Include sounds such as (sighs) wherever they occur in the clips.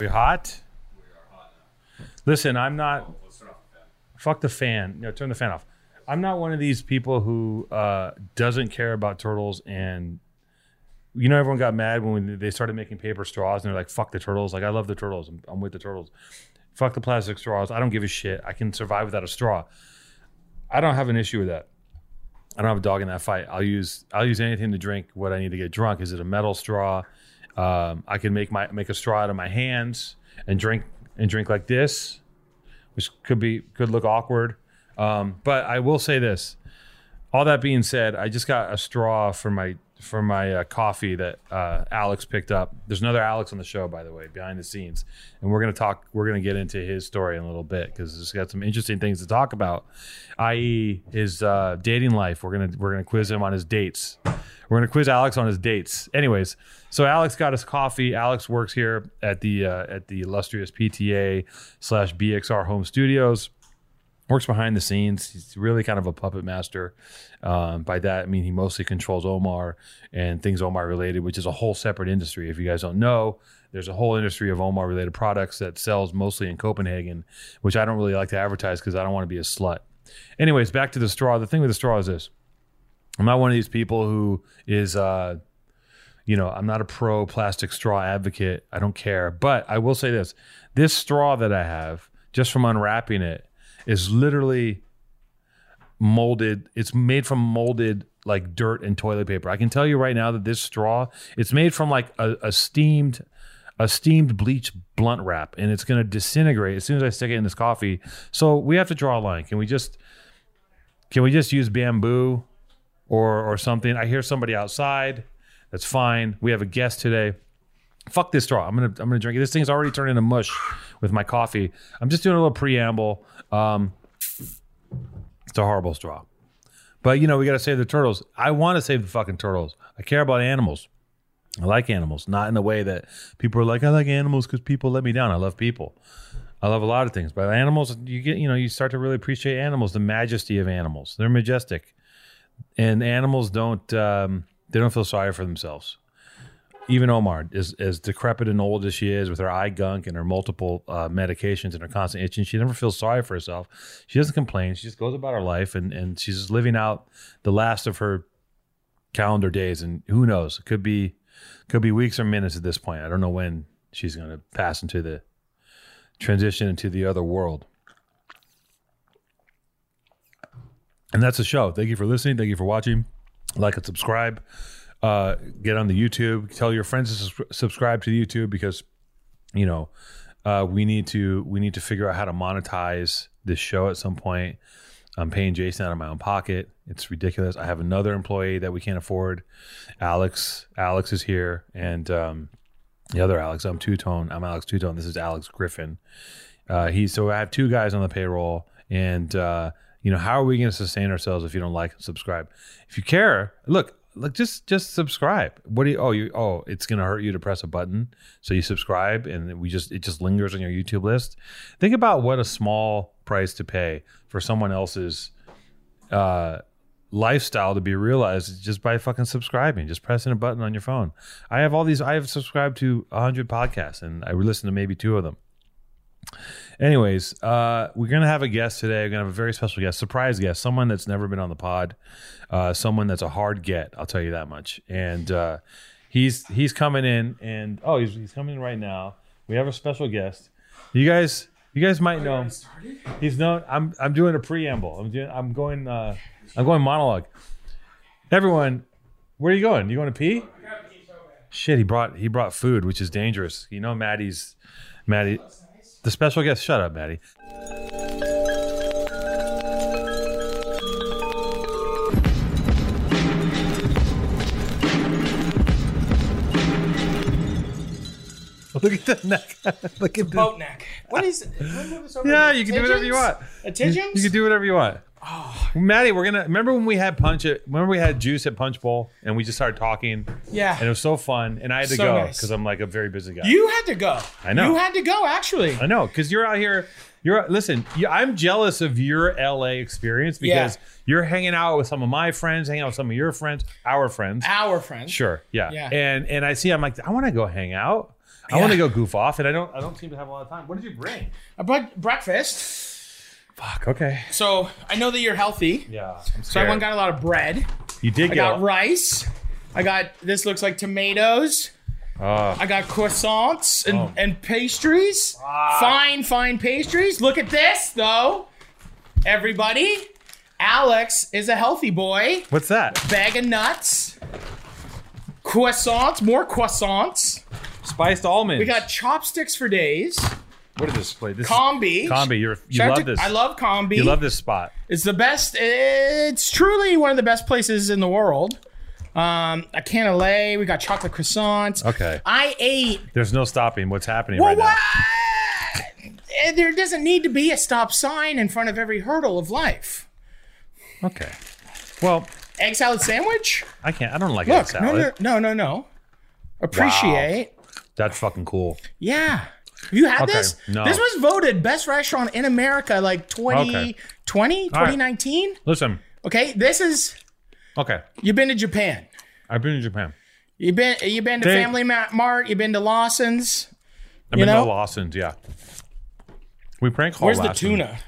We hot? Listen, I'm not. Fuck the fan. No, turn the fan off. I'm not one of these people who uh, doesn't care about turtles and. You know, everyone got mad when we, they started making paper straws, and they're like, "Fuck the turtles!" Like, I love the turtles. I'm, I'm with the turtles. Fuck the plastic straws. I don't give a shit. I can survive without a straw. I don't have an issue with that. I don't have a dog in that fight. I'll use I'll use anything to drink what I need to get drunk. Is it a metal straw? Um, I can make my make a straw out of my hands and drink and drink like this, which could be could look awkward. Um, but I will say this. All that being said, I just got a straw for my for my uh, coffee that uh, Alex picked up. There's another Alex on the show, by the way, behind the scenes, and we're gonna talk. We're gonna get into his story in a little bit because it's got some interesting things to talk about, i.e., his uh, dating life. We're gonna we're gonna quiz him on his dates. We're gonna quiz Alex on his dates. Anyways, so Alex got us coffee. Alex works here at the uh, at the illustrious PTA slash BXR Home Studios works behind the scenes. He's really kind of a puppet master. Um, by that, I mean he mostly controls Omar and things Omar related, which is a whole separate industry. If you guys don't know, there's a whole industry of Omar related products that sells mostly in Copenhagen, which I don't really like to advertise because I don't want to be a slut. Anyways, back to the straw. The thing with the straw is this I'm not one of these people who is. Uh, you know, I'm not a pro plastic straw advocate. I don't care. But I will say this this straw that I have, just from unwrapping it, is literally molded. It's made from molded like dirt and toilet paper. I can tell you right now that this straw, it's made from like a, a steamed, a steamed bleach blunt wrap, and it's gonna disintegrate as soon as I stick it in this coffee. So we have to draw a line. Can we just, can we just use bamboo, or or something? I hear somebody outside. That's fine. We have a guest today fuck this straw. I'm gonna I'm gonna drink it. This thing's already turned into mush with my coffee. I'm just doing a little preamble. Um, it's a horrible straw, but you know we gotta save the turtles. I want to save the fucking turtles. I care about animals. I like animals, not in the way that people are like. I like animals because people let me down. I love people. I love a lot of things, but animals. You get you know you start to really appreciate animals, the majesty of animals. They're majestic, and animals don't um, they don't feel sorry for themselves even Omar, as, as decrepit and old as she is, with her eye gunk and her multiple uh, medications and her constant itching, she never feels sorry for herself. She doesn't complain. She just goes about her life, and and she's just living out the last of her calendar days. And who knows? It could be could be weeks or minutes at this point. I don't know when she's going to pass into the transition into the other world. And that's the show. Thank you for listening. Thank you for watching. Like and subscribe uh, get on the YouTube. Tell your friends to sus- subscribe to YouTube because you know uh, we need to we need to figure out how to monetize this show at some point. I'm paying Jason out of my own pocket. It's ridiculous. I have another employee that we can't afford. Alex Alex is here, and um, the other Alex. I'm Two Tone. I'm Alex Two Tone. This is Alex Griffin. Uh, he so I have two guys on the payroll, and uh, you know how are we going to sustain ourselves if you don't like and subscribe? If you care, look, look, just just subscribe. What do you? Oh, you oh, it's going to hurt you to press a button, so you subscribe, and we just it just lingers on your YouTube list. Think about what a small price to pay for someone else's uh, lifestyle to be realized just by fucking subscribing, just pressing a button on your phone. I have all these. I have subscribed to hundred podcasts, and I listened to maybe two of them. Anyways, uh, we're gonna have a guest today. We're gonna have a very special guest, surprise guest, someone that's never been on the pod, uh, someone that's a hard get. I'll tell you that much. And uh, he's he's coming in, and oh, he's, he's coming in right now. We have a special guest. You guys, you guys might know him. He's known. I'm I'm doing a preamble. I'm doing. I'm going. Uh, I'm going monologue. Everyone, where are you going? You going to pee? Shit, he brought he brought food, which is dangerous. You know, Maddie's Maddie. The special guest, shut up, Maddie. Look at the neck. (laughs) Look at the boat neck. What is? What is Yeah, you can do whatever you want. Attentions? Oh. You can do whatever you want. Maddie, we're gonna remember when we had punch it. Remember we had juice at Punch Bowl, and we just started talking, yeah. and it was so fun. And I had to So go nice. because I'm like a very busy guy. you had to go. I know. You had to go. Actually, I know, because you're out here. You're listen. You, I'm jealous of your LA experience because Yeah. you're hanging out with some of my friends, hanging out with some of your friends, our friends. our friend. Sure, yeah. Yeah. And and I see, I'm like, I want to go hang out. I want to go Yeah. goof off, and I don't. I don't seem to have a lot of time. What did you bring? I brought breakfast. Fuck. Okay. So I know that you're healthy. Yeah. I'm So I scared. went and got a lot of bread. you did get. I got rice. I got this looks like tomatoes. Ah. I got croissants and, Oh. and pastries. Ah. Fine, fine pastries. Look at this though. Everybody, Alex is a healthy boy. What's that? Bag of nuts. Croissants, more croissants. Spiced almonds. We got chopsticks for days. What is this plate? This is- Combi. Combi, you're you Shout out love to- this. I love Combi. you love this spot. It's the best. It's truly one of the best places in the world. Um, a can of lay. We got chocolate croissants. Okay. I ate. There's no stopping what's happening Well, right what? now. Eh, There doesn't need to be a stop sign in front of every hurdle of life. Okay. Well, Egg salad sandwich. I can't. I don't like egg Look, salad. no, no, no, no, no. Appreciate. That's fucking cool. Yeah. Have you had Okay, this? no. This was voted best restaurant in America like 2020, Okay. 2019. Listen. Okay, this is Okay. you've been to Japan. I've been to Japan. You've been you've been to They- Family Ma- Mart. You've been to Lawson's. I've You been know? to Lawson's. Yeah. We prank call. Where's the Lawson's. tuna?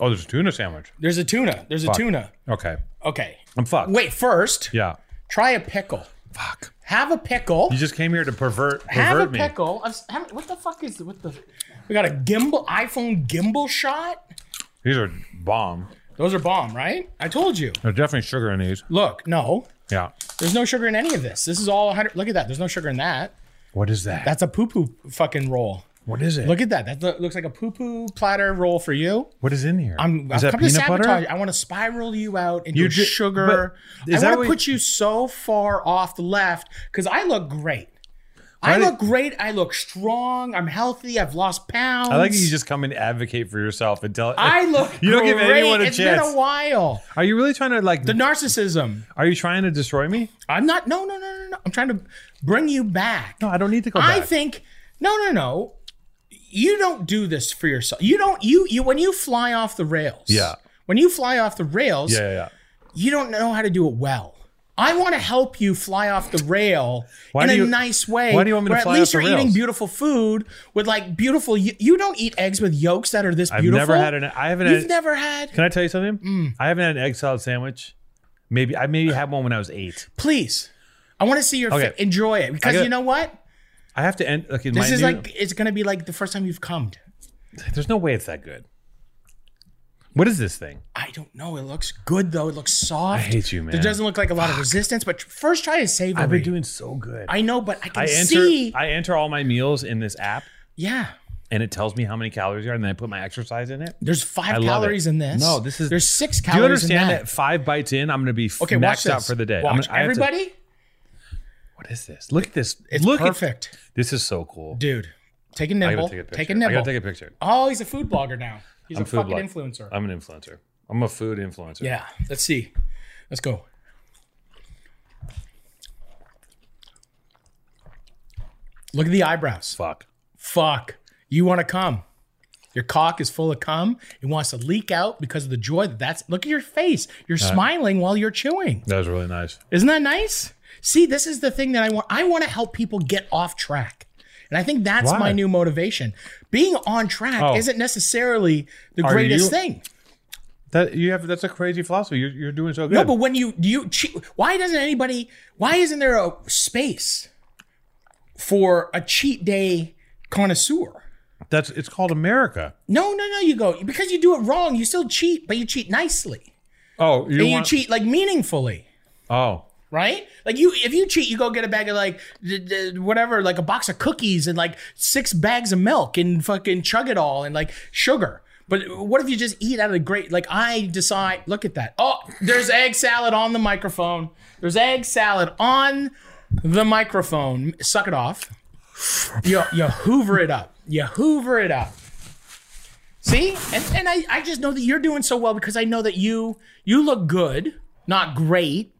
Oh, there's a tuna sandwich. There's a tuna. There's a tuna. Okay. Okay. I'm fucked. Wait, first Yeah. try a pickle. Fuck. Have a pickle. You just came here to pervert pervert Have a me. pickle. I'm s- have- what the fuck is what the? We got a gimbal iPhone gimbal shot. These are bomb. Those are bomb, right? I told you. There's definitely sugar in these. Look, no, Yeah. there's no sugar in any of this. This is all 100. Look at that. There's no sugar in that. What is that? That's a poo poo fucking roll. what is it? Look at that. That lo- looks like a poo poo platter roll for you. what is in here? I'm, is I've that come to peanut sabotage. butter? you. I want to spiral you out into You ju- sugar. but is that I want what- to put you so far off the left because I look great. Why I did- look great. I look strong. I'm healthy. I've lost pounds. I like that you just come and advocate for yourself and tell. I look. (laughs) You don't give great. anyone a It's been chance. a while. Are you really trying to like? The narcissism. are you trying to destroy me? I'm not. No, no, no, no, no. I'm trying to bring you back. No, I don't need to go I back. think no, no, no. You don't do this for yourself. You don't. You you when you fly off the rails. Yeah. When you fly off the rails. yeah, yeah, yeah. you don't know how to do it well. I want to help you fly off the rail Why in do a you- nice way. why do you want me to where fly At least off the you're eating rails? beautiful food with like beautiful. You, you don't eat eggs with yolks that are this I've beautiful. never had an. I haven't. You've Mm. Had, never had. can I tell you something? I haven't had an egg salad sandwich. Maybe I maybe had one when I was eight. Please, I want to see your. Okay. Fa- enjoy it because got- you know what? I have to end. Okay, This my is new- like it's gonna be like the first time you've come. There's no way it's that good. What is this thing? I don't know. It looks good though. It looks soft. I hate you, man. It doesn't look like a lot of resistance. But first, try to savory. I've been doing so good. I know, but I can I enter. see. I enter all my meals in this app, yeah. and it tells me how many calories are, and then I put my exercise in it. There's five love it. calories in this. No, this is- there's six Do calories. you understand in that? five bites in, I'm going to be okay, Okay, watch maxed this. out for the day? I'm Watch gonna- I have to- everybody. what is this? Look at this. it's Look at- perfect, this is so cool. dude. Take a I gotta nibble. take a picture. Take a I nibble. gotta take a picture. oh, he's a food blogger now. He's I'm a food fucking blog- influencer. I'm an influencer. I'm a food influencer. yeah. Let's see. Let's go. Look at the eyebrows. Fuck. Fuck. You want to come. Your cock is full of cum. It wants to leak out because of the joy that that's. Look at your face. You're smiling while you're chewing. That was really nice. Isn't that nice? See, this is the thing that I want. I want to help people get off track. And I think that's Why? my new motivation. Being on track Oh. isn't necessarily the Are greatest you- thing. That you have. That's a crazy philosophy. You're, you're doing so good. No, but when you do you che- why doesn't anybody why isn't there a space for a cheat day connoisseur? that's it's called America. No, no, no, you go because you do it wrong, you still cheat, but you cheat nicely. Oh, you and want- you cheat like meaningfully. Oh, right? Like you, if you cheat, you go get a bag of like d- d- whatever, like a box of cookies and like six bags of milk and fucking chug it all and like sugar. But what if you just eat out of great? Like I decide. Look at that. Oh, there's egg salad on the microphone. There's egg salad on the microphone. Suck it off. You you hoover it up. You hoover it up. See, and, and I, I just know that you're doing so well because I know that you you look good, not great,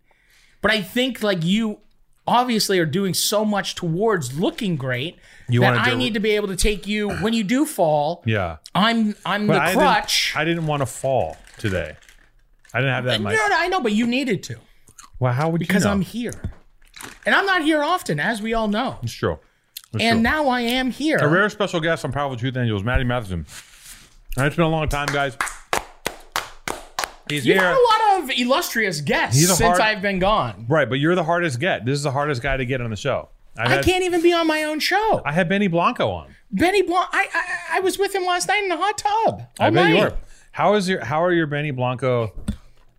but I think like you obviously are doing so much towards looking great You that wanna I do- need to be able to take you when you do fall. yeah. I'm I'm But the I crutch. Didn't, I didn't want to fall today. I didn't have that. in my- no, no, I know, but you needed to well, how would because you know? I'm here, and I'm not here often, as we all know. It's true. and now I am here. A rare special guest on Powerful Truth Angels, Maddie Matheson. And it's been a long time, guys. He's You've here. had a lot of illustrious guests He's a since hard- I've been gone. Right, but you're the hardest get. This is the hardest guy to get on the show. I've I had- can't even be on my own show. I had Benny Blanco on. Benny Blanc, I, I I was with him last night in the hot tub. I all bet you night. are. How is your How are your Benny Blanco?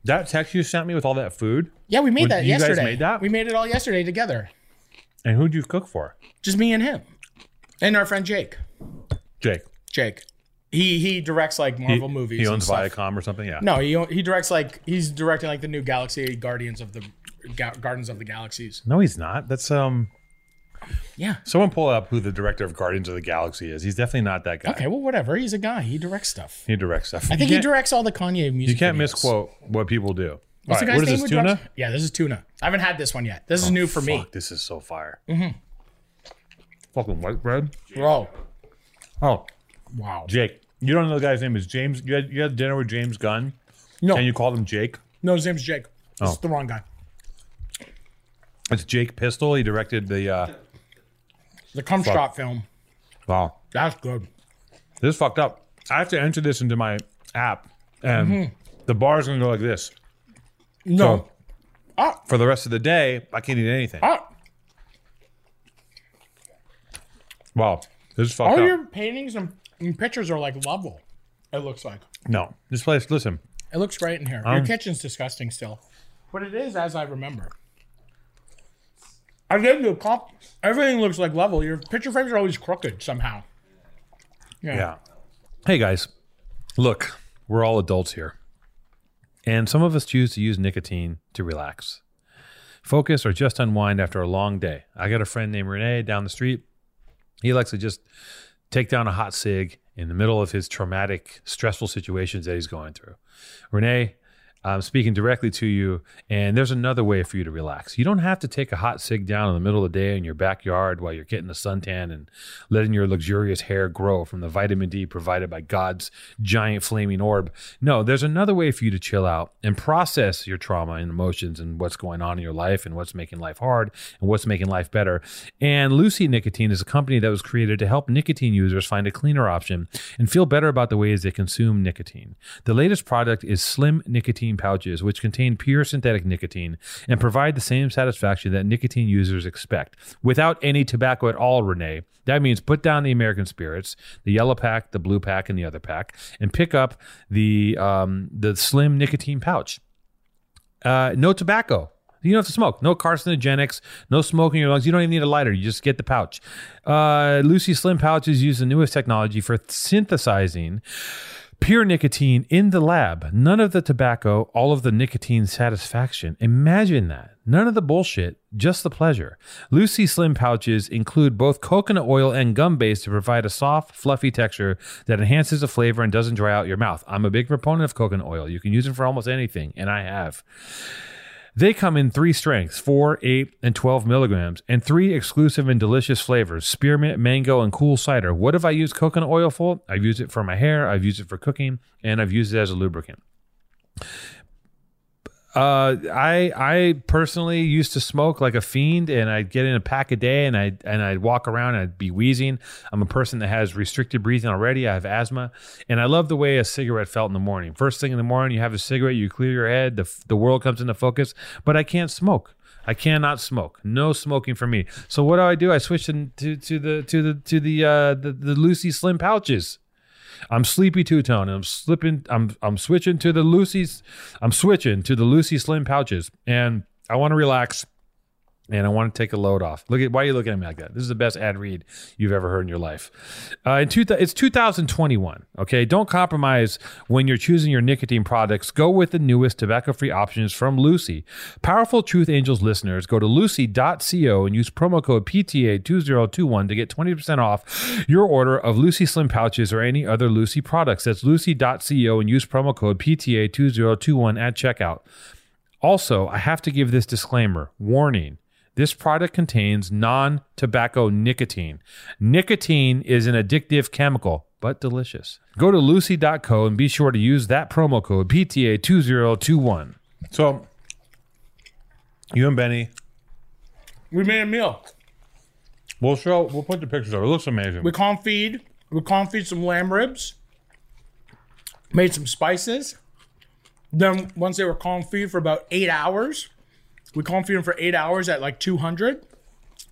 That text you sent me with all that food, Yeah, we made Would- that you guys yesterday. made that? We made it all yesterday together. and who'd you cook for? Just me and him, and our friend Jake. Jake. Jake, he he directs like He, Marvel movies. he and owns stuff. Viacom or something. Yeah. No, he own- he directs like he's directing like the new Galaxy Guardians of the Ga- Gardens of the Galaxies. No, he's not. That's um. Yeah. Someone pull up who the director of Guardians of the Galaxy is. He's definitely not that guy. Okay, well, whatever. He's a guy. He directs stuff. He directs stuff. I think he directs all the Kanye music. You can't videos. misquote what people do. What's All the right, guy's what is name this who tuna? directs- Yeah, this is tuna. Oh, I haven't had this one yet. This is new for me, Mm-hmm. Fuck, this is so fire. Fucking white bread. bro. Oh, Wow. Jake. You don't know the guy's name is James. You had, you had dinner with James Gunn, No, and you called him Jake. no, his name's Jake. This is the wrong guy. It's Jake Pistol. He directed the. Uh, The cum shot film. wow, That's good. this is fucked up. I have to enter this into my app, and the bar is gonna go like this. No. So- Ah. For the rest of the day, I can't eat anything. Ah, Wow, this is fucked all up. your paintings and, and pictures are like level. It looks like. No, this place. Listen, It looks great in here. Your kitchen's disgusting still, but it is as I remember. I gave you a comp. Everything looks like level. Your picture frames are always crooked somehow. Yeah. Yeah. Hey guys, look, we're all adults here. And some of us choose to use nicotine to relax, focus, or just unwind after a long day. I got a friend named Renee down the street. He likes to just take down a hot cig in the middle of his traumatic, stressful situations that he's going through. Renee, I'm speaking directly to you, and there's another way for you to relax. You don't have to take a hot cig down in the middle of the day in your backyard while you're getting a suntan and letting your luxurious hair grow from the vitamin D provided by God's giant flaming orb. No, there's another way for you to chill out and process your trauma and emotions and what's going on in your life and what's making life hard and what's making life better. And Lucy Nicotine is a company that was created to help nicotine users find a cleaner option and feel better about the ways they consume nicotine. The latest product is slim nicotine pouches, which contain pure synthetic nicotine and provide the same satisfaction that nicotine users expect without any tobacco at all, Renee. That means put down the American spirits, the yellow pack, the blue pack, and the other pack, and pick up the um, the slim nicotine pouch. Uh, no tobacco. You don't have to smoke. No carcinogenics. No smoke in your lungs. You don't even need a lighter. You just get the pouch. Uh, Lucy Slim pouches use the newest technology for synthesizing pure nicotine in the lab. None of the tobacco, all of the nicotine satisfaction. Imagine that. None of the bullshit, just the pleasure. Lucy Slim pouches include both coconut oil and gum base to provide a soft, fluffy texture that enhances the flavor and doesn't dry out your mouth. I'm a big proponent of coconut oil. You can use it for almost anything, and I have. They come in three strengths 4, 8, and 12 milligrams, and three exclusive and delicious flavors spearmint, mango, and cool cider. What have I used coconut oil for? I've used it for my hair, I've used it for cooking, and I've used it as a lubricant. Uh, I I personally used to smoke like a fiend, and I'd get in a pack a day, and I and I'd walk around, and I'd be wheezing. I'm a person that has restricted breathing already. I have asthma, and I love the way a cigarette felt in the morning. First thing in the morning, you have a cigarette, you clear your head, the the world comes into focus. But I can't smoke. I cannot smoke. No smoking for me. So what do I do? I switch in to to the to the to the uh, the, the Lucy Slim pouches. I'm sleepy two tone. I'm slipping. I'm I'm switching to the Lucy's. I'm switching to the Lucy Slim pouches, and I want to relax, and I want to take a load off. Look at why are you looking at me like that? This is the best ad read you've ever heard in your life. Uh, in two, it's 2021. Okay, don't compromise when you're choosing your nicotine products. Go with the newest tobacco-free options from Lucy. Powerful Truth Angels listeners, go to lucy.co and use promo code PTA2021 to get 20% off your order of Lucy Slim pouches or any other Lucy products. That's lucy.co and use promo code PTA2021 at checkout. Also, I have to give this disclaimer warning. This product contains non tobacco nicotine. Nicotine is an addictive chemical, but delicious. Go to lucy.co and be sure to use that promo code PTA2021. So, you and Benny, We made a meal. We'll show. We'll put the pictures up. It looks amazing. We confied. We confied some lamb ribs. Made some spices. Then once they were confied for about eight hours, we confied them for eight hours at like 200.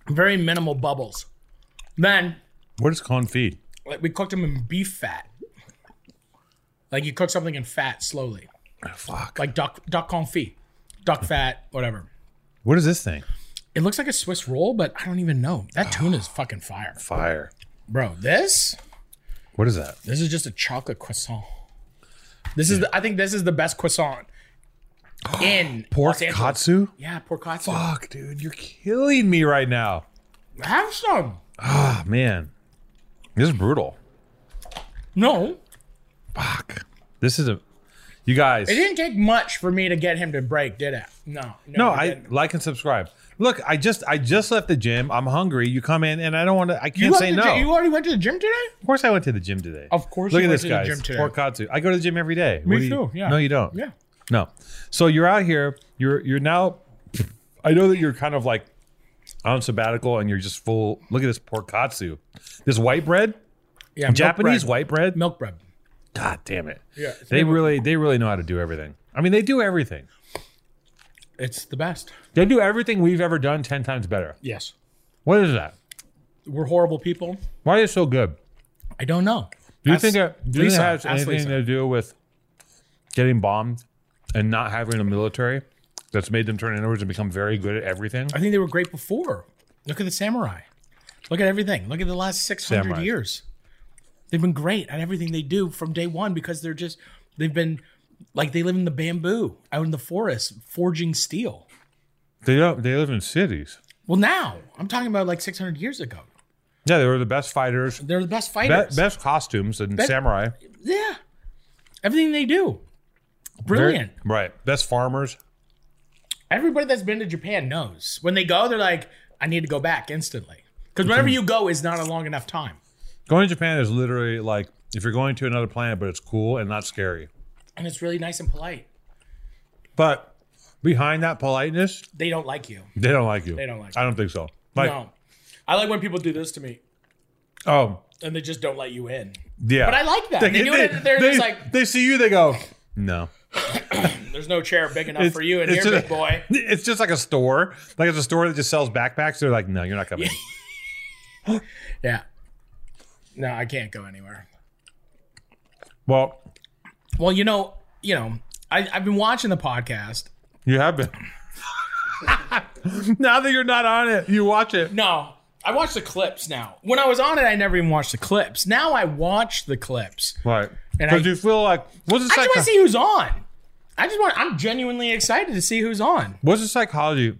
Very minimal bubbles. Then What is confit? like, we cooked them in beef fat. Like you cook something in fat slowly, Fuck. like duck duck confit, duck fat, whatever. What is this thing? It looks like a Swiss roll, but I don't even know. That tuna is fucking fire, Fire. bro. This What is that? This is just a chocolate croissant. This is the, I think this is the best (gasps) croissant in Pork Los Angeles. katsu? Yeah, pork katsu. Fuck, dude, you're killing me right now. Have some. Ah, man, this is brutal. No, Fuck. This is a. You guys. it didn't take much for me to get him to break, did it? No, No, it I didn't. like and subscribe. Look, I just I just left the gym. I'm hungry. You come in and I don't want to. I You can't say went to no. the gy- you already went to the gym today? Of course, I went to the gym today. Of course look you at went this to the guy. gym today. Porkatsu. I go to the gym every day. Me What do you- too, yeah. No, you don't. Yeah. No. So you're out here. You're you're now. I know that you're kind of like on sabbatical and you're just full. Look at this porkatsu. This white bread, Yeah, milk Japanese bread. white bread. milk bread. God damn it. Yeah, it's They never- really they really know how to do everything. I mean, they do everything. It's the best. They do everything we've ever done ten times better. Yes, What is that? we're horrible people. Why are they so good? I don't know. Do you Ask think it, do you think Lisa. it has Ask anything Lisa. to do with getting bombed and not having a military that's made them turn inwards and become very good at everything? I think they were great before. Look at the samurai. Look at everything. Look at the last 600 Samurai. years. They've been great at everything they do from day one because they're just, they've been like they live in the bamboo out in the forest forging steel. They don't. They live in cities. Well, now I'm talking about like 600 years ago. Yeah, they were the best fighters, They're the best be- fighters. best costumes, and samurai. yeah. Everything they do. They're- Brilliant. right? Best farmers. Everybody that's been to Japan knows. When they go, they're like, I need to go back instantly. Because whenever you go is not a long enough time. Going to Japan is literally like if you're going to another planet, but it's cool and not scary. And it's really nice and polite. But behind that politeness, They don't like you. they don't like you. They don't like I don't think so. Like, no. I like when people do this to me oh and they just don't let you in. yeah. But I like that. They, do it. They're they- just like, they see you. They go, no. there's no chair big enough It's- for you in here, it's a- big boy. (laughs) It's just like a store. Like it's a store that just sells backpacks. They're like, no, you're not (laughs) coming. Yeah. No, I can't go anywhere. well, Well, you know, you know, I, I've been watching the podcast. you have been. now that you're not on it, you watch it. No, I watch the clips now. When I was on it, I never even watched the clips. Now I watch the clips. Right. And Because I- you feel like what's the I just want to psych- see who's on. I just want. I'm genuinely excited to see who's on. what's the psychology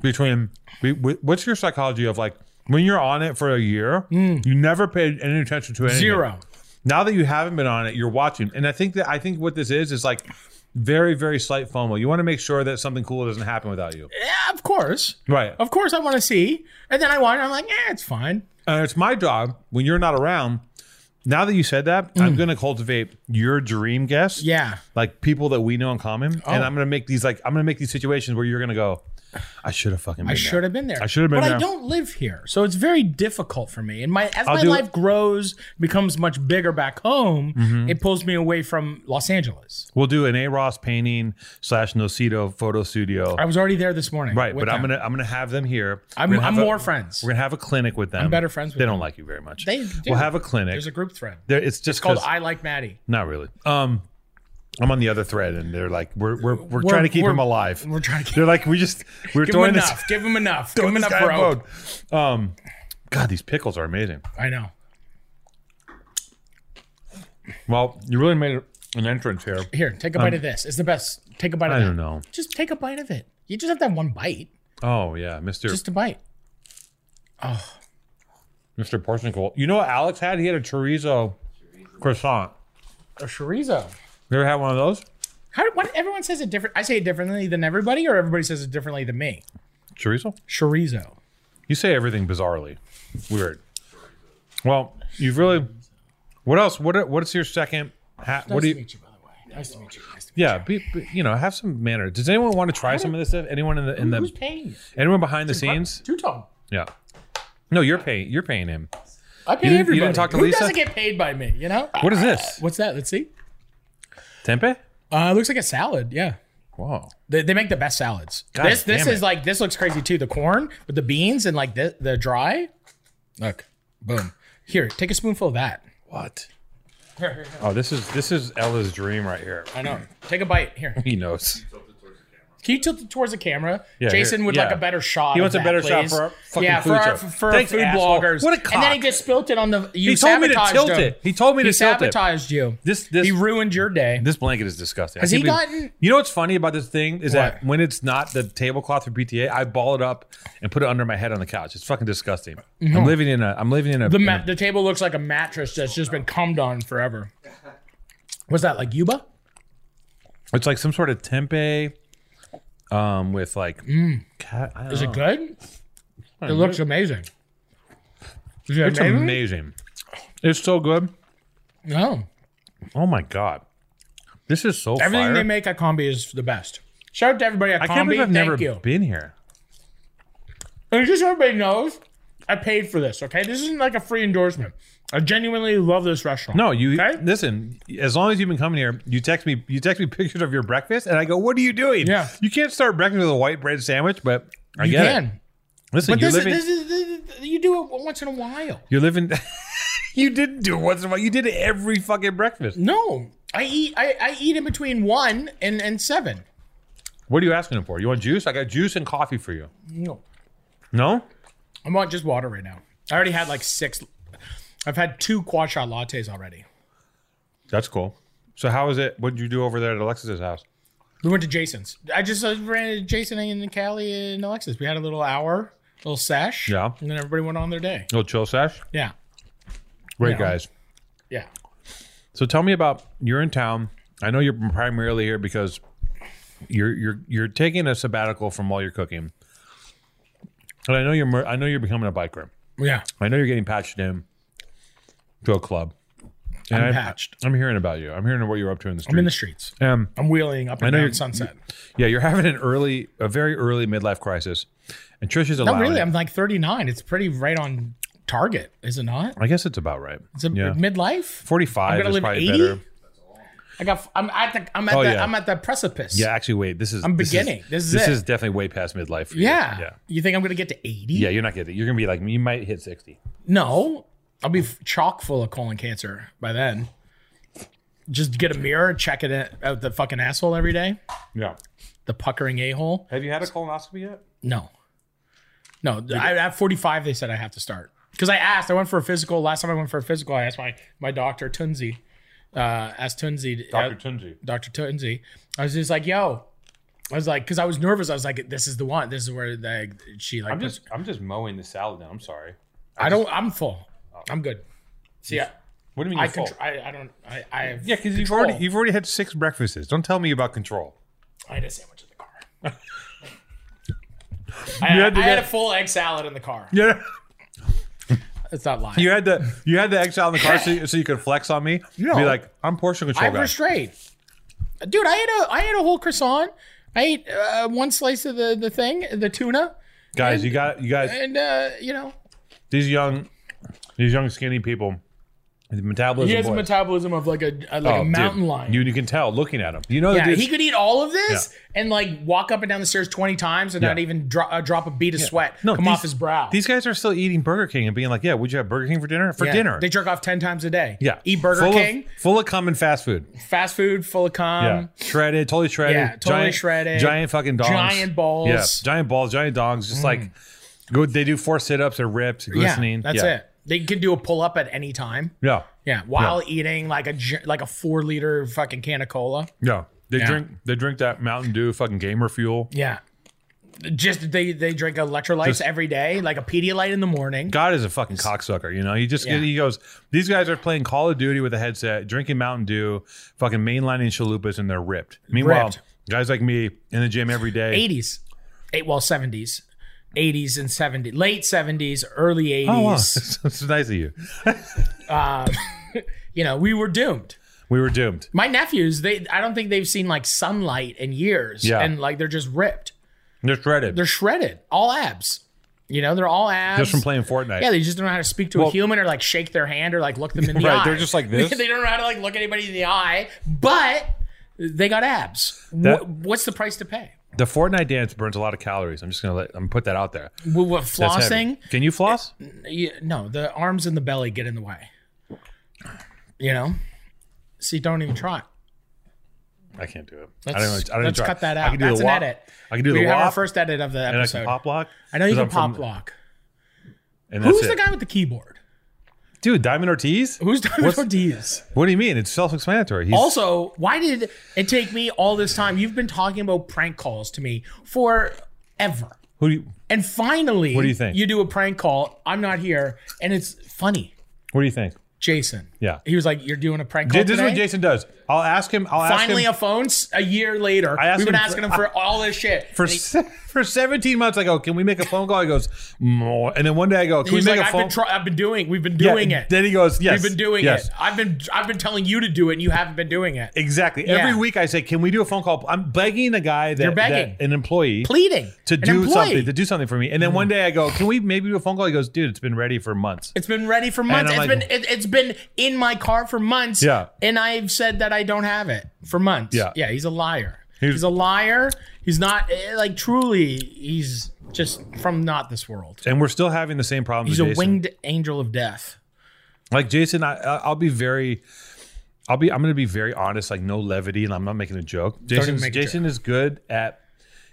between be- wh- what's your psychology of like when you're on it for a year, you never paid any attention to anything. Hmm. Zero. Now that you haven't been on it, you're watching. And I think that I think what this is is like very, very slight FOMO. You want to make sure that something cool doesn't happen without you. Yeah, of course. Right. Of course, I want to see. And then I watch. I'm like, yeah, it's fine. and it's my job when you're not around. Now that you said that, I'm going to cultivate your dream guests. Mm. Yeah. Oh. Like people that we know in common, and I'm going to make these like I'm going to make these situations where you're going to go. I should have fucking. Been I should have been there. I should have been But there. I don't live here, so it's very difficult for me. And my as my do- life grows, becomes much bigger back home, Mm-hmm. it pulls me away from Los Angeles. We'll do an A Ross painting slash Nocito photo studio. I was already there this morning. Right, with but I'm them. gonna I'm gonna have them here. I'm, We're gonna I'm have a- more friends. We're gonna have a clinic with them. I'm better friends with they them. don't like you very much. They do. We'll have a clinic. There's a group thread. there, it's just It's called 'cause- "I Like Maddie." not really. Um, I'm on the other thread, and they're like, we're we're, we're, trying to keep we're- him alive. We're trying to They're like, we just we're give him throwing this enough. give him enough. Give him This enough guy rope. abode. Um, God, these pickles are amazing. I know. Well, you really made an entrance here. Here, take a bite of this. It's the best. Take a bite of Um, I that. don't know. Just take a bite of it. You just have to have one bite. Oh yeah, Mister Just a bite. Mister Porcincol. You know what Alex had? He had a chorizo croissant. A chorizo. You ever had one of those? How, do- what, everyone says it different. I say it differently than everybody, or everybody says it differently than me. Chorizo? Chorizo. You say everything bizarrely. Weird. Well, you've really. What else? What What's your second? Ha- what do you? meet you, by the way. Nice to meet you. Nice to meet Yeah, be, be- you know, have some manner. Does anyone want to try some of this stuff? Anyone in the in you. Who's the paying you? anyone behind the scenes? Two tone. Yeah. No, you're paying. You're paying him. I pay You didn't- you everybody. didn't talk to Who Lisa? doesn't get paid by me? You know. What is this? What's that? Let's see. Tempeh? Uh, it looks like a salad. Yeah. Whoa. They, they make the best salads. God this this damn is it. like this looks crazy too. The corn with the beans and like the the dry. Look, boom. Here, take a spoonful of that. What? Oh, this is this is Ella's dream right here. I know. Take a bite. Here. He knows. Can you tilt it towards the camera? Yeah, Jason here- would like yeah. a better shot. He of wants a that, better shot please. for our fucking yeah, for food our, show. for our Thanks, food you asshole. bloggers. What a And then he cock. just spilt it on the. You He told me to sabotaged tilt him. it. He told me to He tilt it. sabotaged you. This this he ruined your day. this blanket is disgusting. Has I can't he believe- gotten- You know what's funny about this thing is that What? when it's not the tablecloth for PTA, I ball it up and put it under my head on the couch. It's fucking disgusting. I'm living in a. I'm living in a. The in ma- a- the table looks like a mattress that's just been cummed on forever. Was that like Yuba? it's like some sort of tempeh, um, with like. Cat, I don't Mm. Is know. it good? It looks amazing. Is it It's amazing. It's so good. No. Oh my god, this is so. Everything fire. they make at Combi is the best. Shout out to everybody at I Combi. can't believe I've Thank never you. been here. And just so everybody knows, I paid for this, okay? This isn't like a free endorsement. I genuinely love this restaurant. No, you Okay? listen. As long as you've been coming here, you text me. You text me pictures of your breakfast, and I go, "What are you doing?" Yeah. you can't start breakfast with a white bread sandwich, but I you get can. it. Listen, But you're this, living. is, this, is, this is- you do it once in a while. you're living. (laughs) you didn't do it once in a while. You did it every fucking breakfast. No. I eat I, I eat in between one and, and seven. What are you asking him for? You want juice? I got juice and coffee for you. No. No, I'm on just water right now. I already had like six I've had two quad shot lattes already. that's cool. So how is it? What did you do over there at Alexis's house? We went to Jason's. I just uh, ran into Jason and Callie and Alexis. We had a little hour, little sesh. Yeah. And then everybody went on their day. No chill sesh. Yeah. Great Yeah. guys. Yeah. So tell me about you're in town. I know you're primarily here because you're you're you're taking a sabbatical from while you're cooking. And I know you're mer- I know you're becoming a biker. Yeah. I know you're getting patched in to a club. And I'm I- patched. I'm hearing about you. I'm hearing what you're up to in the street. I'm in the streets. um, I'm wheeling up and know down you're- Sunset. yeah, you're having an early, a very early midlife crisis, and Trisha's No, allowing. really. it. I'm like 39. It's pretty right on target, is it not? I guess it's about right. It's a yeah. midlife. I'm 45 gonna is live probably 80? better. I got. I'm at the. I'm at Oh, the. yeah. I'm at the precipice. Yeah, actually, wait. This is I'm this is- beginning. This is this it. is definitely way past midlife. for you. Yeah. yeah. You think I'm gonna get to 80? Yeah, you're not getting it. You're gonna be like you might hit sixty. No, I'll be f- chock full of colon cancer by then. Just get a mirror, check it out- out the fucking asshole every day. Yeah. The puckering a hole. Have you had a colonoscopy yet? No, no. I, at 45, they said I have to start because I asked. I went for a physical last time. I went for a physical. I asked my my doctor Tunzi. Uh, asked Tunzi. Doctor Tunji. Dr. Tunzi. I was just like, yo. I was like, because I was nervous. I was like, this is the one. This is where like she like. I'm just I'm just mowing the salad down. I'm sorry. I don't. I'm full. I'm good. See, I, What do you mean? I, You're full? contr- I, I don't. I. I have Yeah, because you've control. already you've already had six breakfasts. Don't tell me about control. I had a sandwich in the car. (laughs) I, You had to I had get- a full egg salad in the car. Yeah. It's not (laughs) lying. You had the you had the exile in the car (laughs) so you, so you could flex on me. No. Be like, I'm portion control I'm guy. restrained, dude. I ate a. I ate a whole croissant. I ate uh, one slice of the the thing, the tuna, guys, you got you guys and uh, you know, these young these young skinny people. The metabolism. he has a boys. metabolism of like a, a- like Oh, a dude, mountain lion. You, you can tell looking at him. You know that Yeah, dude's- he could eat all of this and like walk up and down the stairs 20 times and not Yeah. even dro- uh, drop a bead of sweat No, come these- off his brow. These guys are still eating Burger King and being like, "Yeah, would you have Burger King for dinner? For Yeah. dinner, They jerk off 10 times a day. Yeah. Eat Burger Full of- King, full of cum and fast food. fast food, full of cum. Yeah. Shredded, totally shredded. Um, Yeah, totally giant, shredded. Giant fucking dongs. Giant balls. Mm. Yeah. Giant balls, giant dongs. Just like go they do four sit ups or rips, glistening. Yeah, that's yeah. it. They can do a pull up at any time. Yeah. Yeah, while eating like a gi- like a four liter fucking can of cola. Yeah. They Yeah. drink they drink that Mountain Dew fucking gamer fuel. Yeah, just they they drink electrolytes every day, like a Pedialyte in the morning. God is a fucking cocksucker, you know. He just Yeah. he goes, These guys are playing Call of Duty with a headset, drinking Mountain Dew, fucking mainlining chalupas, and they're ripped. Meanwhile, Ripped. guys like me in the gym every day. Eighties, eight well seventies, eighties and seventies, late seventies, early Oh, wow. eighties. (laughs) it's nice of you. You know, we were doomed. We were doomed. My nephews, they I don't think they've seen like sunlight in years, Yeah. and like they're just ripped. They're shredded. They're shredded, all abs. You know, they're all abs. just from playing Fortnite. Yeah, they just don't know how to speak to Well- a human or like shake their hand or like look them (laughs) in the Right, eye. they're just like this. (laughs) they don't know how to like look anybody in the eye, but they got abs. That- Wh- what's the price to pay? The Fortnite dance burns a lot of calories. I'm just gonna let I'm gonna put that out there. What, what That's heavy. flossing? Can you floss? Yeah, no, the arms and the belly get in the way. You know, see, don't even try. I can't do it. Let's, I don't. Know, I don't let's try. cut that out. I can do That's the an walk. edit. I can do we the have our walk first edit of the and I can episode. pop lock. I know you 'cause can I'm pop from- lock. And that's Who's the it. guy with the keyboard? (laughs) Dude, Diamond Ortiz. Who's Diamond Ortiz? What do you mean? It's self-explanatory. He's, Also, why did it take me all this time? You've been talking about prank calls to me forever. who do you, And finally, what do you think? You do a prank call. I'm not here, and it's funny. what do you think? Jason. Yeah. He was like, "You're doing a prank call This is today?" what Jason does. I'll ask him. I'll Finally, ask him a phone s- a year later. asked We've been him for- asking him for all this shit. for And he- se- (laughs) for 17 months. I go, can we make a phone call? He goes, "Mm." and then one day I go, can we he's make a like, "I've phone? been try- I've been doing. We've been Yeah, doing it. Then he goes, yes, We've been doing yes. it. I've been I've been telling you to do it, and you haven't been doing it. Exactly. Every Yeah. week I say, can we do a phone call? I'm begging the guy that, You're begging. that- an employee Pleading to An do employee. Mm. something to do something for me. And then one day I go, can we maybe do a phone call? He goes, dude, it's been ready for months. It's been ready for months. It's I'm been like- it, it's been in my car for months. Yeah. and I've said that I don't have it for months. Yeah. yeah. He's a liar. He's- He's, a liar. He's not eh, like truly. He's just from not this world. and we're still having the same problems. He's with a Jason. winged angel of death. like Jason, I, I- I'll be very, I'll be, I'm going to be very honest, like no levity, and I'm not making a joke. Jason, make a Jason is good at,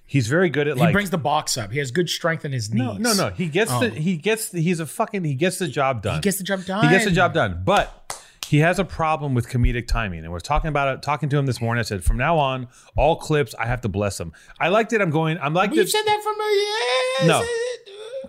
he's very good at He like. brings the box up. He has good strength in his no, knees. no, no. He gets the, he gets, the, he's a fucking, he gets the job done. Oh. He gets the job done. He gets the job done, but he has a problem with comedic timing. And we're talking about it, talking to him this morning. I said, from now on, all clips, I have to bless him. I liked it. I'm going, I'm like You this, said that from a No.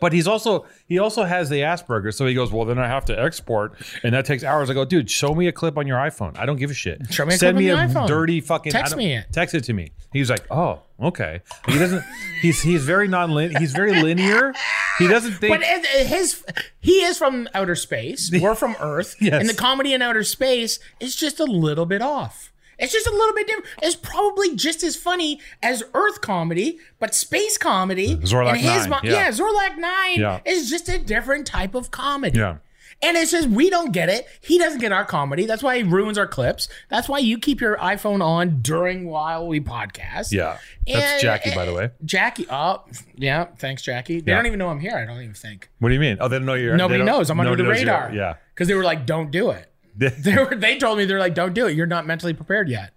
but he's also, he also has the Asperger's. So he goes, well, then I have to export. And that takes hours. I go, dude, show me a clip on your iPhone. I don't give a shit. Show me a Send clip me on a your iPhone. dirty fucking, Text I don't- me it. Text it to me. He's like, oh, okay. He doesn't, he's, he's very non-linear. He's very linear. He doesn't think. But it- it- his he is from (laughs) outer space. We're from Earth, Yes. and the comedy in outer space is just a little bit off. It's just a little bit different. It's probably just as funny as Earth comedy, but space comedy. Zorlak in his 9, mi- yeah. yeah, Zorlak Nine Yeah. is just a different type of comedy. yeah. And it's just we don't get it. He doesn't get our comedy. That's why he ruins our clips. That's why you keep your iPhone on during while we podcast. Yeah. That's And- eh, Jackie, by the way. Jackie. Oh, yeah. Thanks, Jackie. They Yeah. don't even know I'm here. I don't even think What do you mean? Oh, they don't know you're. nobody they don't- knows. I'm under nobody the knows you're- radar. Yeah. because they were like, "Don't do it." (laughs) They were. They told me they're like, "Don't do it. You're not mentally prepared yet."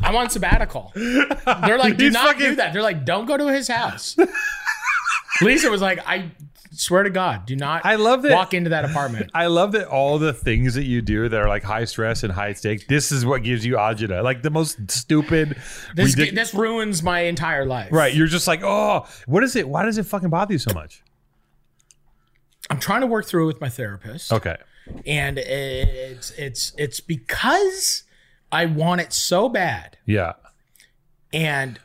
I'm on sabbatical. They're like, "Do He's not fucking- do that." They're like, "Don't go to his (laughs) house." Lisa was like, "I swear to God, do not." I love that- Walk into that apartment. (laughs) I love that all the things that you do that are like high stress and high stakes. This is what gives you agita, like the most stupid, This, ridic- this ruins my entire life. right? You're just like, oh, what is it? Why does it fucking bother you so much? I'm trying to work through it with my therapist. Okay, and it's it's it's because I want it so bad, yeah, and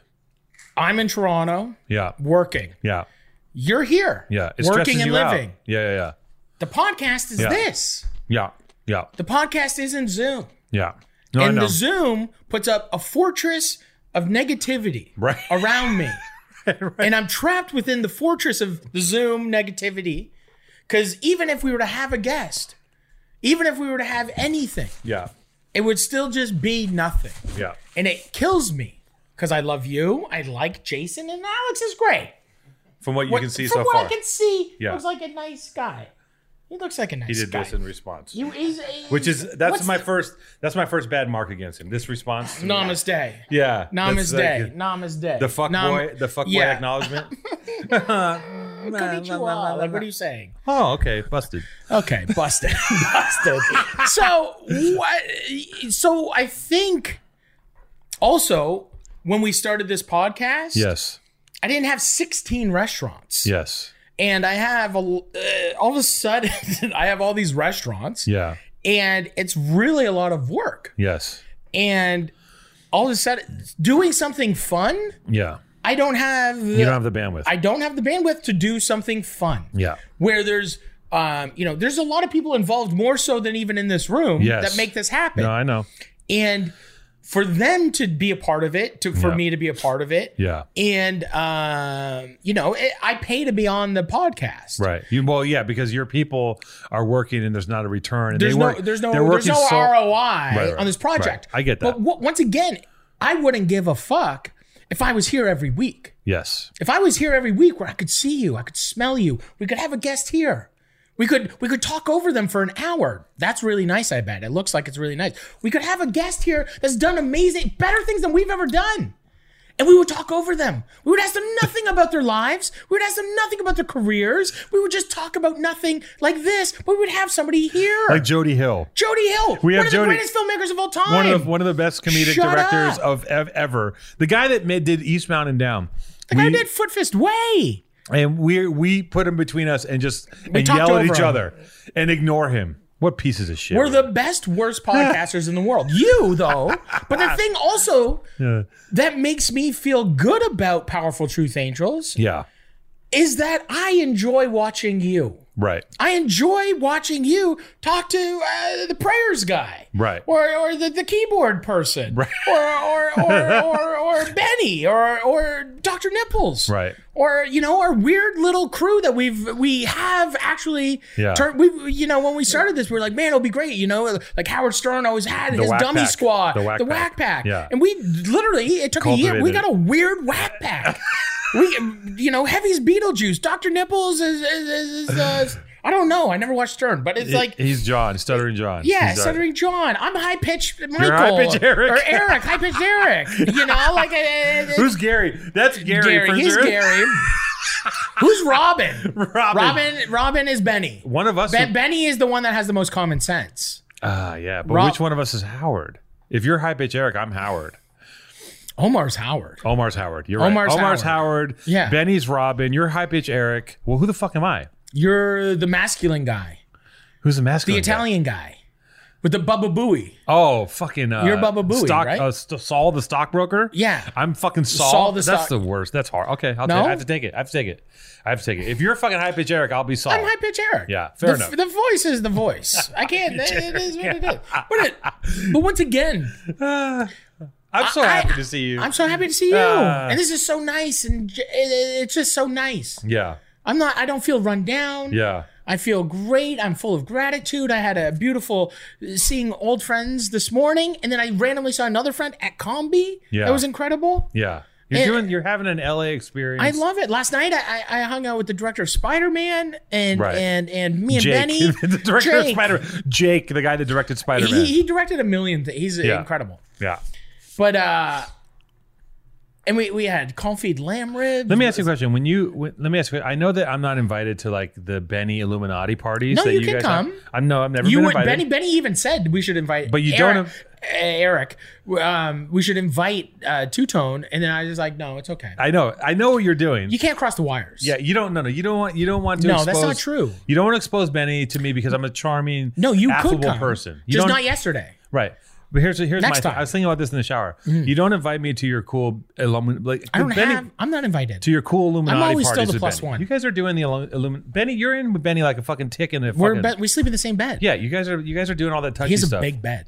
I'm in Toronto yeah, working. yeah, You're here, yeah. It working stresses and you out. living. Yeah, yeah, yeah, The podcast is Yeah. this. yeah, yeah, The podcast isn't Zoom, yeah. No, I and know. the Zoom puts up a fortress of negativity (laughs) Right. around me, and I'm trapped within the fortress of the Zoom negativity. Because even if we were to have a guest, even if we were to have anything, yeah, it would still just be nothing. yeah. and it kills me because I love you. I like Jason, and Alex is great. From what you What- can see from so what far, I can see, Yeah. looks like a nice guy. He looks like a nice he did guy. this in response, You- he's- which is that's what's my first that's my first bad mark against him. This response, to me. Namaste. yeah, that's like- Namaste. Namaste. The fuck Nam- boy, the fuck boy yeah. (laughs) acknowledgement. Konnichiwa. Like, what are you saying? (laughs) Oh, okay, busted. Okay, busted, (laughs) busted. So what? So I think also when we started this podcast, Yes, I didn't have sixteen restaurants. yes, and I have a uh, all of a sudden (laughs) I have all these restaurants yeah, and it's really a lot of work yes, and all of a sudden doing something fun yeah. I don't have You don't have the bandwidth. I don't have the bandwidth to do something fun yeah, where there's um, you know there's a lot of people involved more so than even in this room Yes. that make this happen no, I know. and for them to be a part of it, to for Yeah. me to be a part of it, Yeah. and um, you know, it, I pay to be on the podcast. Right. You, well, yeah, because your people are working and there's not a return. And There's they no, work, there's no, they're there's working no so- ROI right, on this project. right. I get But that. w- once again, I wouldn't give a fuck if I was here every week. Yes. If I was here every week where I could see you, I could smell you, we could have a guest here. We could we could talk over them for an hour. That's really nice, I bet. It looks like it's really nice. We could have a guest here that's done amazing, better things than we've ever done. And we would talk over them. We would ask them nothing about their lives. We would ask them nothing about their careers. We would just talk about nothing like this. But we would have somebody here. Like Jody Hill. Jody Hill, We have one of the Jody- greatest filmmakers of all time. One of the, one of the best comedic Shut directors up. of ev- ever. The guy that made, did Eastbound and Down. the guy did Foot Fist Way. and we we put him between us and just and talked yell at over each him. other and ignore him. What pieces of shit? We're the best, worst podcasters in the world. You, though. But the thing also yeah. that makes me feel good about Powerful Truth Angels yeah, is that I enjoy watching you. right. I enjoy watching you talk to uh, the prayers guy, Right. Or or the, the keyboard person, right? (laughs) Or or (laughs) or, or, or Benny, or or Doctor Nipples, Right. Or you know our weird little crew that we've we have actually Yeah. turned. We you know when we started this, we were like, man, it'll be great. You know, like Howard Stern always had in The his Whack dummy Pack. squad, The Whack Pack. Whack Pack, Yeah. And we literally it took a year. We Cultivated. got a weird Whack (laughs) Pack. we you know heavy's beetlejuice dr nipples is, is, is, (sighs) is uh, i don't know i never watched stern but it's like he's John, stuttering John. yeah He's, uh, stuttering john i'm high-pitched michael high-pitched Eric. or eric high-pitched eric you know like uh, (laughs) Who's Gary? That's Gary. gary for he's sure. gary who's robin (laughs) Robin. robin robin is benny One of us. Be- benny is the one that has the most common sense Ah, yeah. But Rob- which one of us is Howard? If you're high pitch Eric, I'm Howard. omar's howard Omar's Howard. You're Omar's right. Omar's Howard. Howard. Yeah. Benny's Robin. You're high pitch Eric. Well, who the fuck am I? you're the masculine guy Who's the masculine? the guy? italian guy with the bubba booey Oh, fucking. Uh, You're Bubba Buoy, stock, right? Uh, St- Saul the stockbroker. Yeah. I'm fucking Saul. Saul the That's stock- the worst. That's hard. Okay, I'll No? take, I have to take it. I have to take it. I have to take it. If you're fucking high pitch Eric, I'll be Saul. I'm high pitch Eric. Oh. Yeah, fair the, enough. The voice is the voice. I can't. it (laughs) is what it is. But, it, but once again, Ah. I'm so I- happy to see you. I'm so happy to see you, Ah. and this is so nice, and j- it- it- it's just so nice. yeah, I'm not. I don't feel run down. yeah. I feel great. I'm full of gratitude. I had a beautiful seeing old friends this morning, and then I randomly saw another friend at Combi. Yeah. that was incredible. Yeah. You're It- doing. You're having an LA experience. Eh. I love it. Last night I, I I hung out with the director of Spider Man and Right. and and me and Jake, Benny. (laughs) the director of Jake. Spider. Jake, the guy that directed Spider He, Man. he directed a million things. He's Yeah. incredible. Yeah. But uh and we we had confit lamb ribs. Let me ask you a question. When you when, let me ask you, I know that I'm not invited to like the Benny Illuminati parties. No, that you you, can guys have. come. I'm no, I've never You been would invited. Benny Benny even said we should invite But you Eric, don't eh, Eric. Um we should invite uh two tone and then I was like, no, it's okay. I know. I know what you're doing. you can't cross the wires. Yeah, you don't. No, no, you don't want. You don't want to. No, expose, that's not true. You don't want to expose Benny to me because I'm a charming, No, you could affable come. person. You just don't- not yesterday. right. But here's here's Next my. Thing. time. Mm. I was thinking about this in the shower. You don't invite me to your cool Illuminati. Like I don't Benny, have I'm not invited. to your cool Illuminati always still parties the with plus Benny. one. You guys are doing the Illuminati. Benny, you're in with Benny like a fucking tick in a We're fucking. be- we sleep in the same bed. yeah, you guys are you guys are doing all that touchy He has a stuff. big bed.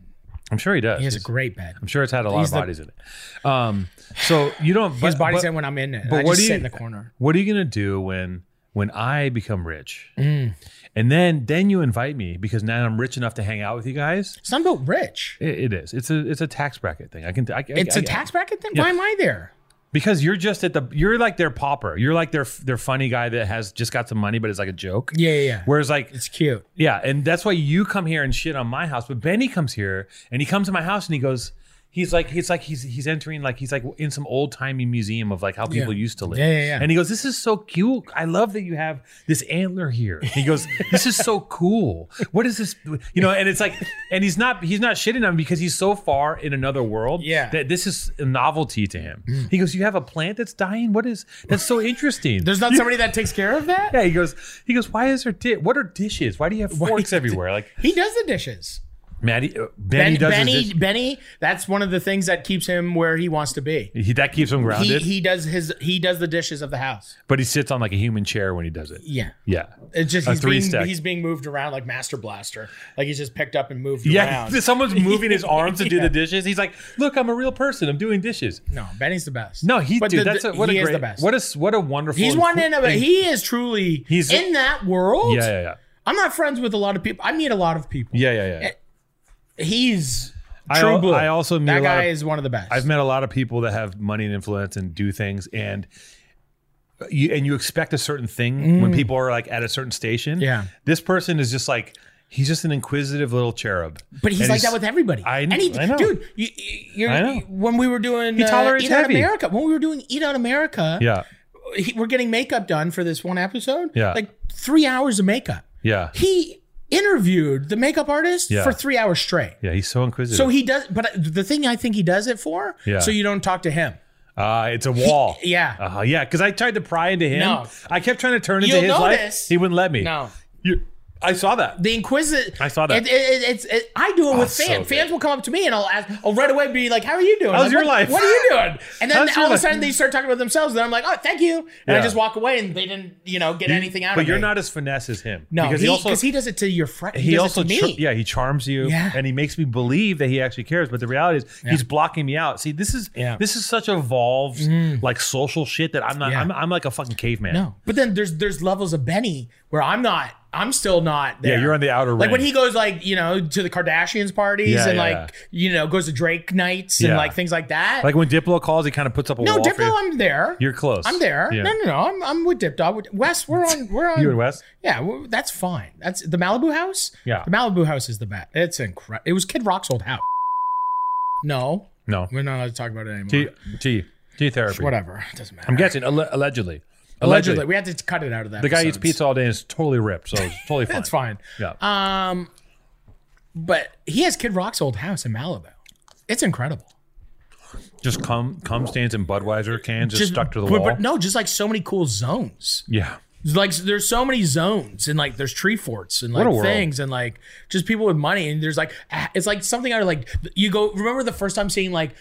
I'm sure he does. He has a He's- great bed. I'm sure it's had a lot he's of the- bodies in it. Um, so you don't. His but- body's but- in when I'm in it. but I what just do sit you- in the corner. what are you gonna do when when I become rich? Mm. And then then you invite me because now I'm rich enough to hang out with you guys. It's not about rich. It, it is. It's a it's a tax bracket thing. I can. I, It's a a tax bracket thing. Why am I there? because you're just at the you're like their pauper. You're like their their funny guy that has just got some money, but it's like a joke. Yeah, yeah, yeah. Whereas like It's cute. yeah, and that's why you come here and shit on my house. But Benny comes here and he comes to my house and he goes. He's like he's like he's he's entering like he's like in some old timey museum of like how people used to live. Yeah, yeah, yeah. And he goes, "This is so cute. I love that you have this antler here." He (laughs) goes, "This is so cool. What is this? You know?" And it's like, and he's not he's not shitting on him because he's so far in another world. Yeah. Mm. that this is a novelty to him. He goes, "You have a plant that's dying. What is that's so interesting?" (laughs) There's not somebody that takes care of that? yeah, he goes. He goes. Why is there? Di- what are dishes? Why do you have forks everywhere? Like He does the dishes. Maddie, uh, Benny Benny, does his- Benny, Benny, that's one of the things that keeps him where he wants to be. he, that keeps him He, grounded, he does his he does the dishes of the house. but he sits on like a human chair when he does it. Yeah. Yeah, It's just A he's being, three-stack. he's being moved around like Master Blaster. Like he's just picked up and moved yeah. around. if Someone's moving his arms to do (laughs) Yeah. the dishes. He's like, "Look, I'm a real person. I'm doing dishes." no, Benny's the best. No, he But dude, the- that's the- a, what he a is great, the best. what a what a wonderful. He's and one cool- in a and- he is truly He's- in that world. Yeah, yeah, yeah, I'm not friends with a lot of people. I meet a lot of people. yeah, yeah, yeah. He's I true al- blue. I also meet that a lot guy of- is one of the best. I've met a lot of people that have money and influence and do things and uh, you and you expect a certain thing when people are like at a certain station. Mm. Yeah. This person is just like he's just an inquisitive little cherub. But he's And like that with everybody. I kn- and he, I know. dude. You, you're, I know. When we were doing He tolerates uh, Eat Out heavy. America, when we were doing Eat Out America, Yeah. he, we're getting makeup done for this one episode. Yeah. like three hours of makeup. Yeah. He interviewed the makeup artist Yeah. for three hours straight. Yeah, he's so inquisitive. So he does, but the thing I think he does it for, Yeah. so you don't talk to him. uh, it's a wall. (laughs) yeah. Uh-huh, yeah, because I tried to pry into him. No. I kept trying to turn into You'll his notice- life. He wouldn't let me. No. You, I saw that. The Inquisitor. I saw that. It, it, it, it's it, I do it with it's so fans. good. fans will come up to me and I'll ask. I'll right away be like, "How are you doing? How's Like, your what- life?" What are you doing?" And then How's your all of a life? sudden they start talking about themselves. And I'm like, "Oh, thank you," and I Yeah. just walk away. And they didn't, you know, get anything out But of you're me. not as finesse as him. No, because he, he also 'cause he does it to your friend. he He, does also it to me. char- yeah he charms you Yeah. and he makes me believe that he actually cares but the reality is he's blocking me out see this is Yeah. Mm. this is such evolved like social shit that i'm not Yeah. I'm, I'm like a fucking caveman No, but then there's there's levels of Benny where I'm not. I'm still not. There. Yeah, you're on the outer Like when ring. he goes like you know to the Kardashians parties Yeah, and yeah, like yeah. you know goes to Drake nights Yeah. and like things like that. like when diplo calls he kind of puts up a no, wall for Diplo, you. I'm there. you're close I'm there. yeah. No, no, no. I'm, I'm with Dip Dog. Wes, we're on. We're on. (laughs) you and wes Yeah, well, that's fine. That's the Malibu house. Yeah. the Malibu house is the best. It's incredible. It was Kid Rock's old house. No, no we're not allowed to talk about it anymore. t t t therapy Whatever, it doesn't matter. i'm guessing alle- allegedly Allegedly, we had to cut it out of that. the guy eats episodes. pizza all day and is totally ripped so it's (laughs) totally fine That's fine. yeah Um, but he has Kid Rock's old house in Malibu. It's incredible. just cum cum stands in budweiser cans just, stuck to the but- wall But no, just like so many cool zones. yeah It's Like there's so many zones and like there's tree forts and What a like world. things and like just people with money and there's like ah, it's like something out of like you go remember the first time seeing like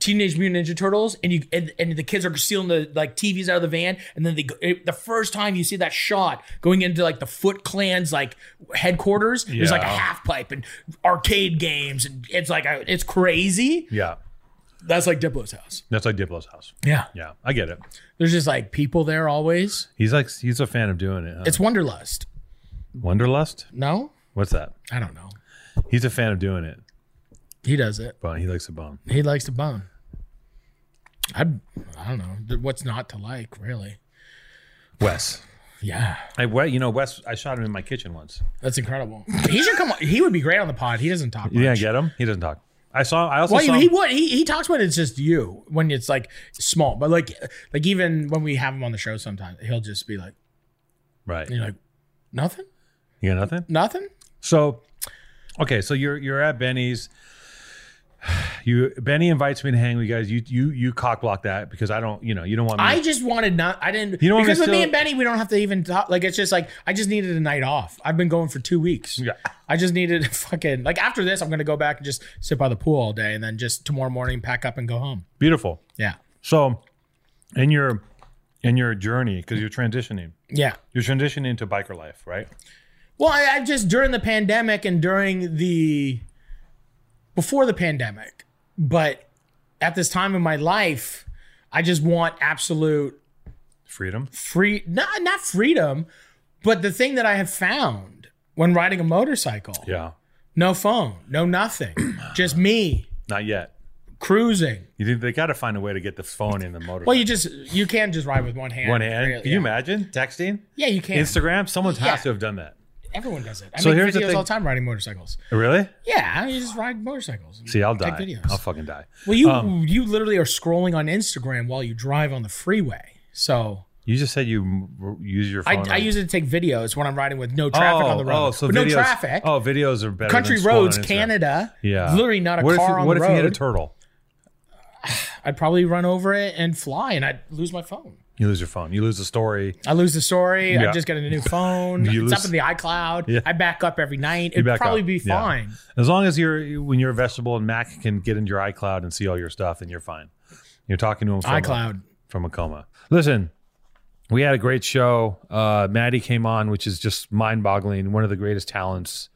Teenage Mutant Ninja Turtles and you and, and the kids are stealing the like TVs out of the van and then they go, it, the first time you see that shot going into like the Foot Clan's like headquarters there's like a Yeah. half pipe and arcade games and it's like a, it's crazy yeah that's like Diplo's house that's like diplo's house yeah yeah i get it there's just like people there always He's like he's a fan of doing it. Huh? it's Wonderlust Wonderlust. no What's that? I don't know He's a fan of doing it. he does it. But he likes to bone. He likes to bone. I I don't know Th- what's not to like, really. Wes. Yeah, I well, you know Wes. I shot him in my kitchen once. that's incredible. he should come. on- He would be great on the pod. He doesn't talk much. You didn't get him. He doesn't talk. I saw. I also Well, saw. he, he him- would. He, he talks when it's just you, when it's like small. But like like even when we have him on the show, sometimes he'll just be like, right. you're like, nothing, You got nothing. nothing. So, okay. So you're you're at Benny's. (sighs) You Benny invites me to hang with you guys. You you you cock block that because I don't. You know you don't want me. I just wanted not. I didn't. You know what because with I'm me still- and Benny, we don't have to even talk. Like it's just like I just needed a night off. I've been going for two weeks. Yeah. I just needed (laughs) fucking like after this, I'm gonna go back and just sit by the pool all day, and then just tomorrow morning pack up and go home. Beautiful. Yeah. So, in your in your journey because you're transitioning. Yeah. You're transitioning into biker life, right? Well, I, I just during the pandemic and during the before the pandemic, but at this time in my life, I just want absolute Freedom. free not not freedom, but the thing that I have found when riding a motorcycle. Yeah. No phone, (clears throat) no nothing. just me Not yet. cruising. You think they got to find a way to get the phone in the motor? Well, you just you can just ride with one hand. one hand. really, Can yeah. you imagine texting, Yeah, you can. Instagram? Someone Yeah. has to have done that. Everyone does it. I So make here's the videos thing- all the time riding motorcycles. Really? Yeah, you just ride motorcycles. and See, I'll take die. videos. I'll um, fucking die. Well, you you literally are scrolling on Instagram while you drive on the freeway. So You just said you m- r- use your I, phone. I use it to take videos when I'm riding with no traffic on the road. Oh, so With videos, no traffic. Oh, videos are better. country than scrolling on roads, Instagram. Canada. Yeah, literally not a what car if you, on What the if you hit a road. turtle? I'd probably run over it and fly, and I'd lose my phone. You lose your phone. You lose the story. I lose the story. Yeah. I just got a (laughs) new phone. You lose- it's up in the iCloud. Yeah. I back up every night. You It'd back probably up. be Yeah. fine. As long as you're when you're a vegetable and Mac can get into your iCloud and see all your stuff, then you're fine. You're talking to him from A, iCloud. from a coma. Listen, we had a great show. Uh, Maddie came on, which is just mind-boggling. One of the greatest talents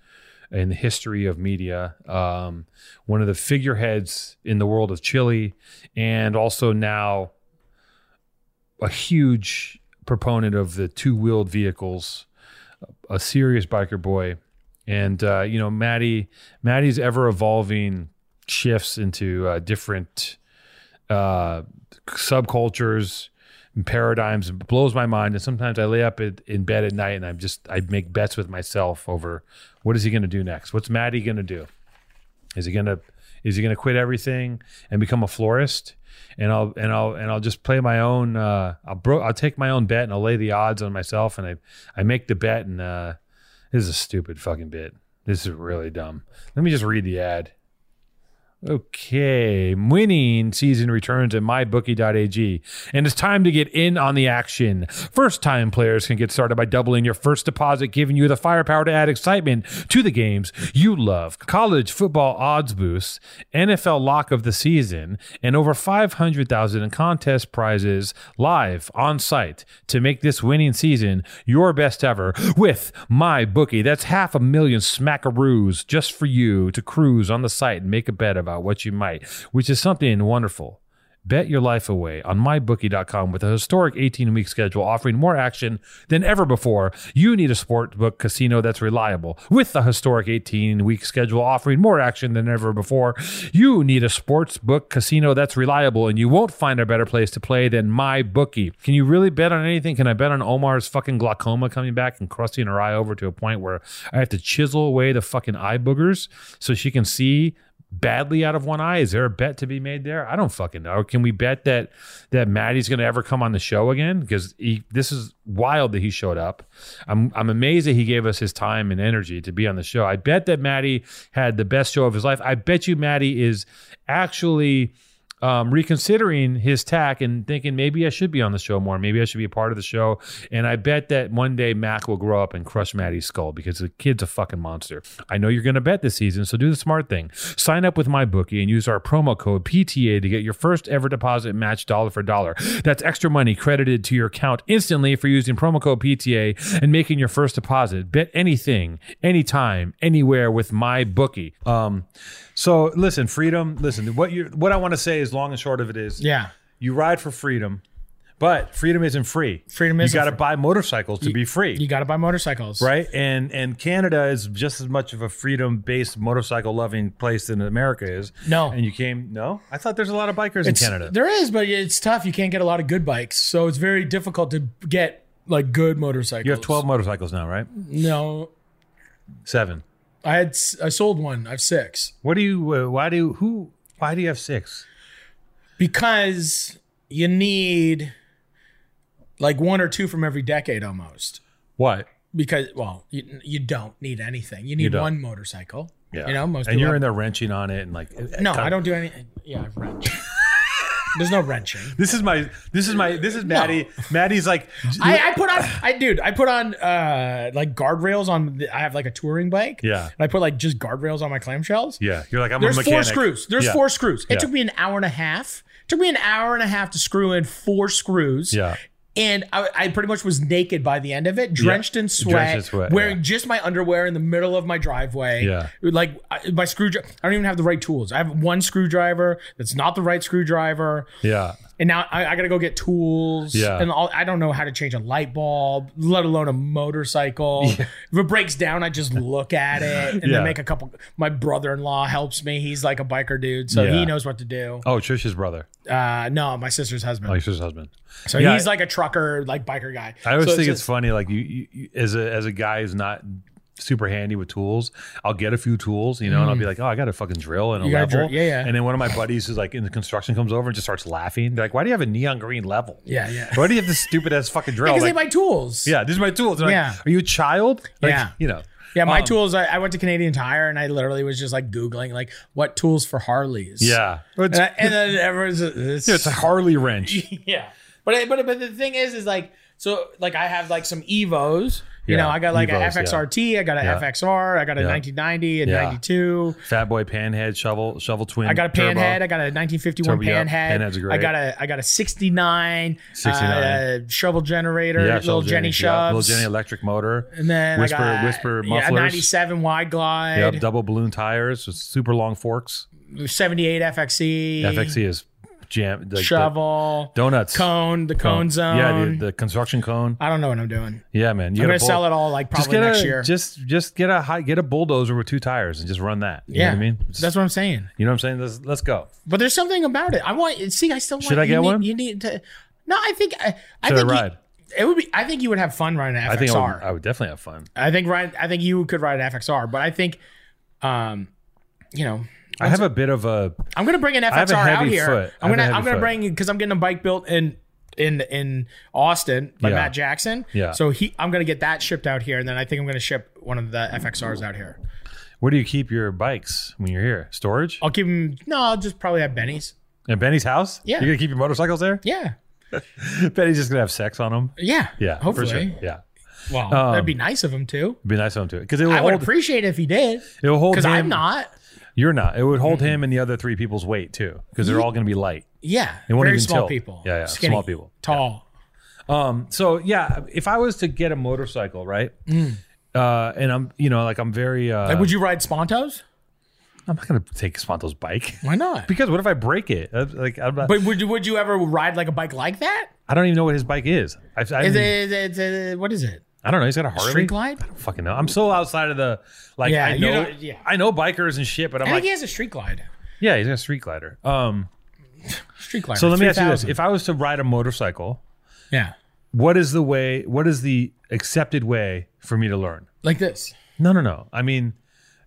in the history of media. Um, one of the figureheads in the world of Chile, and also now a huge proponent of the two-wheeled vehicles. A serious biker boy, and uh, you know, Maddie, Maddie's ever evolving shifts into uh, different uh, subcultures and paradigms it blows my mind and sometimes i lay up in, in bed at night and i'm just i make bets with myself over what is he going to do next what's maddie going to do is he going to is he going to quit everything and become a florist and i'll and i'll and i'll just play my own uh i'll bro i'll take my own bet and i'll lay the odds on myself and i i make the bet and uh this is a stupid fucking bit this is really dumb let me just read the ad Okay, winning season returns at mybookie.ag, and it's time to get in on the action. First time players can get started by doubling your first deposit, giving you the firepower to add excitement to the games you love. College football odds boosts, NFL lock of the season, and over 500,000 in contest prizes live on site to make this winning season your best ever with my bookie. That's half a million smackaroos just for you to cruise on the site and make a bet about what you might, which is something wonderful. Bet your life away on mybookie.com with a historic 18 week schedule offering more action than ever before. You need a sportbook casino that's reliable. With the historic 18 week schedule offering more action than ever before, you need a sportsbook casino that's reliable, and you won't find a better place to play than MyBookie. Can you really bet on anything? Can I bet on Omar's fucking glaucoma coming back and crusting her eye over to a point where I have to chisel away the fucking eye boogers so she can see badly out of one eye? Is there a bet to be made there? I don't fucking know. Can we bet that that Maddie's going to ever come on the show again? Because this is wild that he showed up. I'm I'm amazed that he gave us his time and energy to be on the show. I bet that Maddie had the best show of his life. I bet you Maddie is actually. Um, reconsidering his tack and thinking maybe I should be on the show more, maybe I should be a part of the show, and I bet that one day Mac will grow up and crush Maddie's skull because the kid's a fucking monster. I know you're going to bet this season, so do the smart thing. Sign up with my bookie and use our promo code PTA to get your first ever deposit match dollar for dollar. That's extra money credited to your account instantly for using promo code PTA and making your first deposit. Bet anything, anytime, anywhere with my bookie. Um, so listen, freedom. Listen, what you what I want to say is long and short of it is Yeah. you ride for freedom, but freedom isn't free. Freedom you isn't got to free. buy motorcycles to be free You got to buy motorcycles. right and and canada is just as much of a freedom based motorcycle loving place than america is No. and you came no i thought there's a lot of bikers in It's- canada There is, but it's tough. You can't get a lot of good bikes. So it's very difficult to get like good motorcycles. you have 12 motorcycles now right No. seven I had s- I sold one. I have six. what do you uh, why do you who why do you have six Because you need like one or two from every decade almost. what Because well, you, you don't need anything. You need don't. one motorcycle. You know, most and people you're have- in there wrenching on it and like uh, it- No, it- I don't do any. Yeah, I've (laughs) wrenched. There's no wrenching. this is my this is my this is maddie maddie's like I, I put on, I dude, I put on uh like guardrails on. The, I have like a touring bike. Yeah. and I put like just guardrails on my clamshells. yeah you're like i'm there's a mechanic four screws. There's Yeah. four screws. It Yeah. took me an hour and a half. took me an hour and a half to screw in four screws. yeah And I, I pretty much was naked by the end of it, drenched in sweat, Drenched in sweat, wearing yeah. just my underwear in the middle of my driveway. Yeah. like I- my screwdriver. I don't even have the right tools. I have one screwdriver that's not the right screwdriver yeah and now I, I gotta go get tools. Yeah. And all, I don't know how to change a light bulb, let alone a motorcycle. If it breaks down, I just look at it and Yeah. then make a couple. My brother in law helps me. He's like a biker dude, so Yeah. he knows what to do. oh trisha's brother Uh, no, my sister's husband. oh trisha's husband so yeah. he's like a trucker, like biker guy. I always So think it's just- funny, like you, you, you as a as a guy who's not super handy with tools, I'll get a few tools, you know, and I'll be like, oh, I got a fucking drill and a Mm. You got a level, drill, yeah, yeah. And then one of my buddies who's like in the construction comes over and just starts laughing. They're like, why do you have a neon green level? Yeah, yeah. Why do you have this stupid ass fucking drill? Because Like, they buy tools. yeah, these are my tools. They're like, Yeah. are you a child? Like, Yeah. you know. Yeah, my Um, tools. I, I went to Canadian Tire and I literally was just like Googling, like, what tools for Harleys? Yeah, it's, And, I, and then everyone's. It's, (laughs) it's a Harley wrench. yeah. But but but the thing is, is like so like I have like some Evos. You Yeah, know, I got like Evos, yeah. a FXRT, I got a Yeah. FXR, I got a Yeah. 1990 and Yeah. 92. Fat boy panhead shovel shovel twin. I got a turbo. panhead. I got a 1951 Turbo, yeah. panhead. Panheads are great. I got a I got a 69, 69. Uh, shovel generator, Yeah, little shovel Jenny Jenny, yeah, shoves, little Jenny electric motor. and then whisper I got whisper yeah, mufflers. 97 wide glide, Yep, double balloon tires with super long forks. 78 FXE, FXE is jam like E, the E, shovel, donuts cone, the cone, zone. Yeah, the, the construction cone. I don't know what I'm doing. Yeah, man, you I'm gotta gonna pull- sell it all like Just probably get next a year. just just get a high, get a bulldozer with two tires and just run that. You yeah, know what I mean, that's what I'm saying. you know what I'm saying. Let's let's go. But there's something about it. I want. See, I still want. Should I you get need, one? You need to. No, I think I. I Should I think you- ride? it would be. I think you would have fun riding an FXR. I think I would, I would definitely have fun. I think Ryan, I think you could ride an FXR, but I think, um, you know, I have a bit of a I'm gonna bring an have a FXR out heavy here. foot. I have a I'm gonna heavy I'm gonna foot. bring because I'm getting a bike built in in in Austin by Yeah. Matt Jackson. Yeah. So he I'm gonna get that shipped out here, and then I think I'm gonna ship one of the FXRs out here. where do you keep your bikes when you're here? Storage I'll keep him. No, I'll just probably have Benny's. at Benny's house? Yeah. you're gonna keep your motorcycles (laughs) there. Yeah. Benny's just gonna have sex on them. Yeah. Yeah, Hopefully. for sure. Yeah, Well, Um, that'd be nice of him too. it'd be nice on to it because it will I would hold. appreciate it if he did, it will hold because him. I'm not. Mm-hmm. You're not. It would hold him and the other three people's weight too because they're all gonna be light. Yeah. won't Very even small tilt. people. Yeah, yeah, Skinny, small people. Tall. Um, so yeah, if I was to get a motorcycle, right? Mm. Uh, and I'm, you know, like I'm very. Uh, Like, would you ride Spontos? I'm not gonna take Sponto's bike (laughs) Why not? because what if I break it? That's- Like I'm not, But would you would you ever ride like a bike like that? I don't even know what his bike is. I, I, Is it, is it- is it- what is it? I don't know. He's got a Harley. Street glide? I don't fucking know. I'm so outside of the like. Yeah, I you know. don't- yeah. I know bikers and shit, but I'm I think like, he has a street glide. yeah, he's got a street glider. Um, Street glide. so let me ask you this: 3000. If I was to ride a motorcycle, yeah, what is the way? What is the accepted way for me to learn? like this, No, no, no. I mean,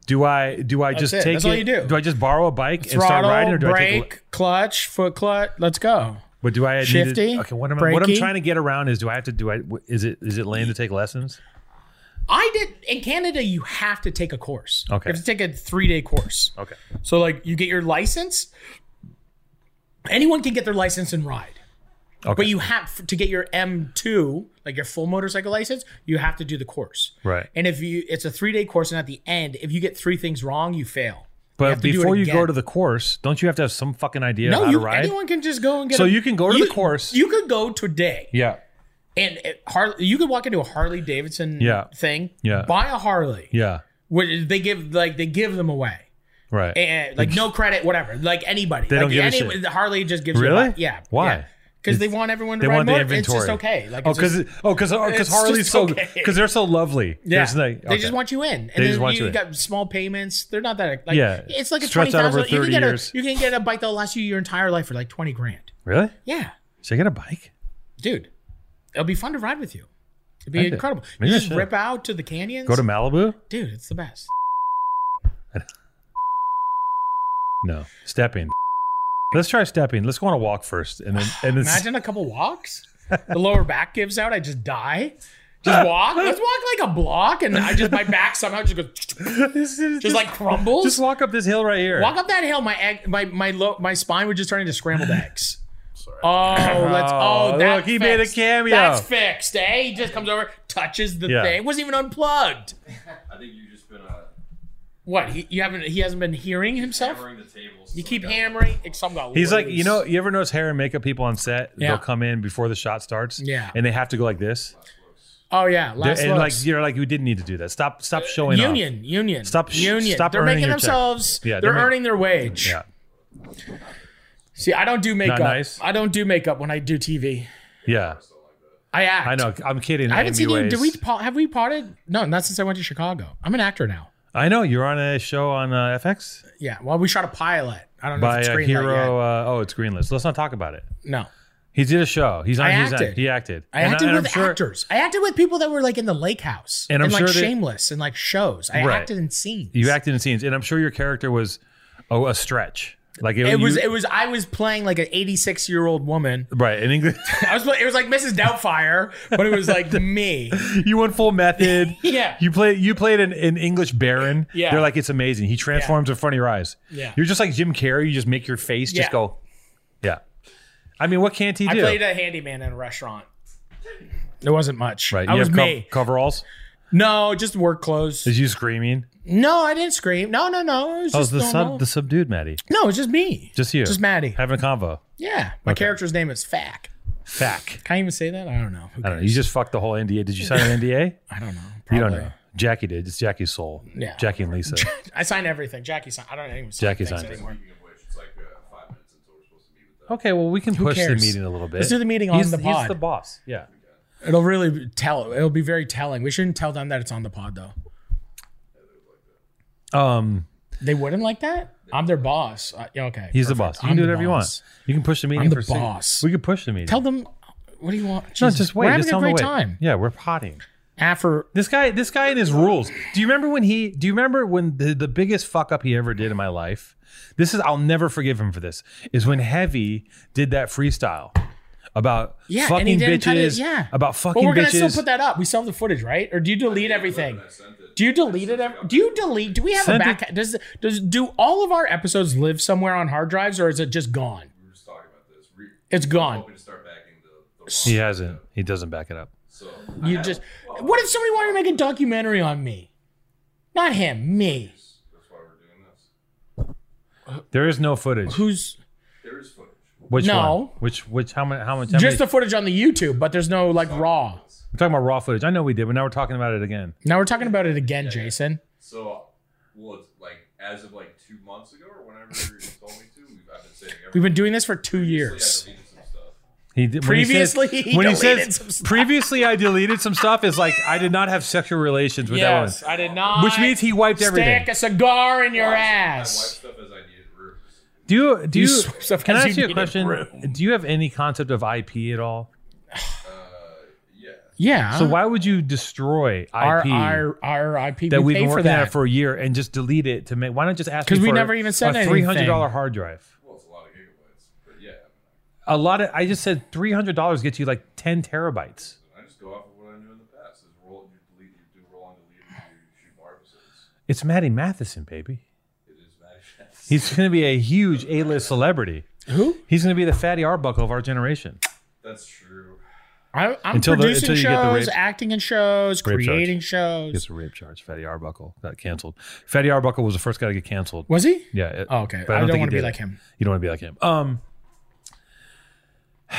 do I do I just it. take That's it? all you do. I just borrow a bike and start throttle, riding, or do I brake, take? A, clutch, foot clutch. Let's go. but do I need to- shifty, okay, what am I? What I'm brakey. trying to get around is do I have to do I is it is it lame to take lessons? I did in Canada. You have to take a course. Okay. you have to take a three day course. Okay, So like you get your license. Anyone can get their license and ride. okay, But you have to get your M2, like your full motorcycle license, you have to do the course. Right. And if you it's a 3-day course and at the end, if you get 3 things wrong, you fail. but have to do it before you go again. to the course, don't you have to have some fucking idea of No, how you to ride? anyone can just go and get So a- you can go to the course. You could go today yeah, and it, Harley, you could walk into a Harley Davidson Yeah. thing, Yeah. buy a Harley. yeah, Where they give like they give them away. right. And, Eh, like no credit, whatever. Like anybody. They like, don't give a anyone- shit. the Harley just gives you a Really? bike. Yeah. Why? Because they want everyone to they ride want the motor- It's inventory. just okay. Like oh, it's just- because oh, because oh, it's because just Harley's so (laughs) because okay. they're so lovely. Yeah, There's like- they okay. just want you in, and They then just want you, you in. got small payments. They're not that like Yeah. It's like a twenty Stretched out over thousand. You can 30 get years. a you can get a bike that'll last you your entire life for like twenty grand. really. Yeah, Should I get a bike? dude, it'll be fun to ride with you. It'd be I did. incredible. Maybe I you just should. rip out to the canyons. Go to Malibu? dude, it's the best. No, stepping. Let's try stepping. Let's go on a walk first, and then and then Imagine a couple walks. The lower back gives out. I just die. Just walk. Let's walk like a block, and I just my back somehow (laughs) just goes just, just like crumbles. just walk up this hill right here. Walk up that hill, my egg, my my low, my spine would just turn into scrambled eggs. Oh, let's. Oh, Oh, that look, he made a fixed. cameo. That's fixed, eh? He just comes over, touches the Yeah. thing. It wasn't even unplugged. I think you've just been uh, What? He, you haven't? He hasn't been hearing himself. hammering the tables. You keep hammering. it- Some got He's like, loose. you know, you ever notice hair and makeup people on set? Yeah. They'll come in before the shot starts. Yeah. And they have to go like this. Oh yeah, last and looks. like you're like, you didn't need to do that. Stop stop showing off. union, union, Stop sh- union. stop they're earning making your check. themselves. Yeah, they're they're, ma- earning their wage. Yeah. See, I don't do makeup. nice? I don't do makeup when I do TV. Yeah. I act. I know. I'm kidding. I haven't seen you. anyways. Did we? po- Have we potted? No, not since I went to Chicago. I'm an actor now. I know you're on a show on uh, FX Yeah. Well, we shot a pilot. I don't know by if it's a green hero. Uh, oh, it's greenlit. So let's not talk about it. yet. No. He did a show. He's on. I he's On, acted. he acted. I And acted and with I'm sure- actors. I acted with people that were like in the lake house And and, I'm like sure that- shameless and like shows. I Right. acted in scenes. You acted in scenes, and I'm sure your character was oh a stretch. Like it, It was you- it was I was playing like an 86 year old woman. right in English. I was play- it was like Mrs. Doubtfire, but it (laughs) was like me. you went full method. (laughs) Yeah. You played you played an, an English baron. Yeah. They're like, it's amazing. He transforms in front of your eyes. Yeah. You're just like Jim Carrey. You just make your face Yeah. just go. Yeah. I mean, what can't he I do? played uh, a handyman in a restaurant. It wasn't much. right, I you was have cov- me. coveralls. No, just work clothes. Is you screaming? No, I didn't scream. No, no, no. Oh, It was it's just the normal. sub, the subdued Maddie. No, it's just me. Just you. Just Maddie. having a convo. Yeah. My Okay. character's name is Fack. Fack. Can I even say that? I don't know. Who I don't know. cares? You just fucked the whole NDA. Did you sign an (laughs) NDA? I don't know. you don't Probably. know. Jackie did. It's Jackie's soul. Yeah. Jackie and (laughs) Lisa. I signed everything. Jackie signed. I don't even sign Jackie things signed it. anymore. Speaking of which, it's like uh, five minutes until we're supposed to meet with them. Okay, well, we can push the cares? meeting a little bit. Let's do the meeting on he's, the He's pod. the boss. Yeah. It'll really tell. It'll be very telling. We shouldn't tell them that it's on the pod though. Um, They wouldn't like that. I'm their boss. Uh, yeah, okay. he's the perfect. boss. You I'm can do the whatever you boss. want. You can push the meeting I'm the for six- boss. We can push the meeting. Tell them. What do you want? no, Jesus. just wait. We're having just a tell him great to wait. time. Yeah, we're potting. After This guy, this guy and his rules. Do you remember when he? Do you remember when the, the biggest fuck up he ever did in my life? This is I'll never forgive him for this. Is when Heavy did that freestyle about yeah, fucking and he didn't bitches. cut it. Yeah, about fucking But we're gonna bitches. still put that up. We still have the footage, right? Or do you delete everything? I sent it. Do you delete it? Ever? Do you delete? Do we have Send a back? Does does do all of our episodes live somewhere on hard drives, or is it just gone? We were just talking about this. We It's gone. hoping to start backing the. the he hasn't. He doesn't back it up. so You just. What if somebody wanted to make a documentary on me? Not him, me. that's why we're doing this. There is no footage. Who's There is footage. Which one? No. Which which how many how much? just the footage on the YouTube, but there's no like raw. we're talking about raw footage. I know we did, but now we're talking about it again. Now we're talking about it again, Jason. So, well, it's like as of like two months ago or whenever you told me to, we've, I've been saving We've everything. been doing this for two years. I deleted some stuff. He did, when Previously, he says, he when he deleted says some stuff. previously I deleted some stuff is like I did not have sexual relations with Yes, that I did not. one, which means he wiped everything. stick a cigar in your I wiped ass. stuff as I needed rooms. Do you do You you, swipe stuff can I 'cause ask you you a need a question? Do you have any concept of IP at all? Yeah. Yeah. So why would you destroy IP our our our IP that we we've pay been for working that? at for a year and just delete it to make? Why not just ask? 'Cause me we for never even said a three hundred dollar hard drive. Well, it's a lot of gigabytes, but yeah, A lot of I just said three hundred dollars gets you like ten terabytes. I just go off of what I knew in the past. Is roll, you delete, you do roll and delete, and you shoot more episodes. It's Maddie Matheson, baby. It is magic. He's going to be a huge A list celebrity. Who? He's going to be the Fatty Arbuckle of our generation. That's true. I, I'm Until the- producing until you get the shows, rape- acting in shows, rape charge. creating He shows. gets a rape charge. Fatty Arbuckle got canceled. Fatty Arbuckle was the first guy to get canceled. Was he? Yeah. it- Oh, okay. but I don't, think he want to be did it. like him. You don't want to be like him. Um, (sighs)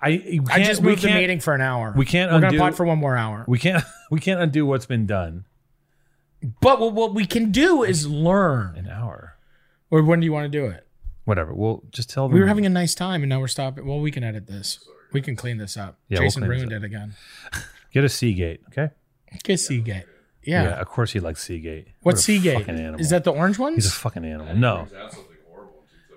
I you I can't- just we moved the can't- meeting for an hour. we can't We're undo- gonna pod for one more hour. We can't. (laughs) We can't undo what's been done. But what, what we can do is learn. An hour. Or when do you want to do it? Whatever. We'll just tell them. We were having a nice time, and now we're stopping. Well, we can edit this. We can clean this up. Yeah, we'll Jason clean this ruined it again. get a Seagate. Okay. Get Seagate. Yeah. Of course he likes Seagate. What a What's Seagate? Fucking animal. Is that the orange ones? He's a fucking animal. No. Brings out something horrible in two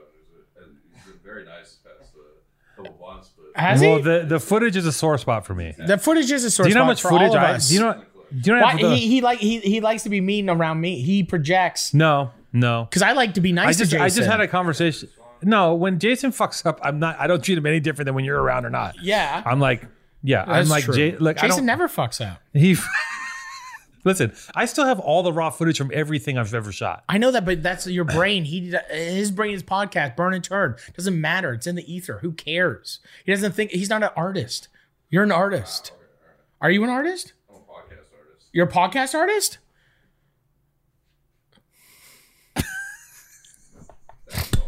times. He's been very nice the past uh, couple months, but Has well, he? the the footage is a sore spot for me. The footage is a source. Do you know how much footage I? I? Do you know? Do you know? Why, how the- he, he like he, he likes to be mean around me. He projects no, no. because I like to be nice I just to Jason. I just had a conversation. No, when Jason fucks up, I'm not. I don't treat him any different than when you're around or not. yeah. I'm like, yeah. I'm That's like, true. Jay, like I Jason don't. never fucks up. he. (laughs) Listen, I still have all the raw footage from everything I've ever shot. I know that, but (sighs) that's your brain. He his brain is podcast, burn and turn. Doesn't matter. It's in the ether. Who cares? He doesn't think he's not an artist. You're an artist. Are you an artist? I'm a podcast artist. You're a podcast artist? That's all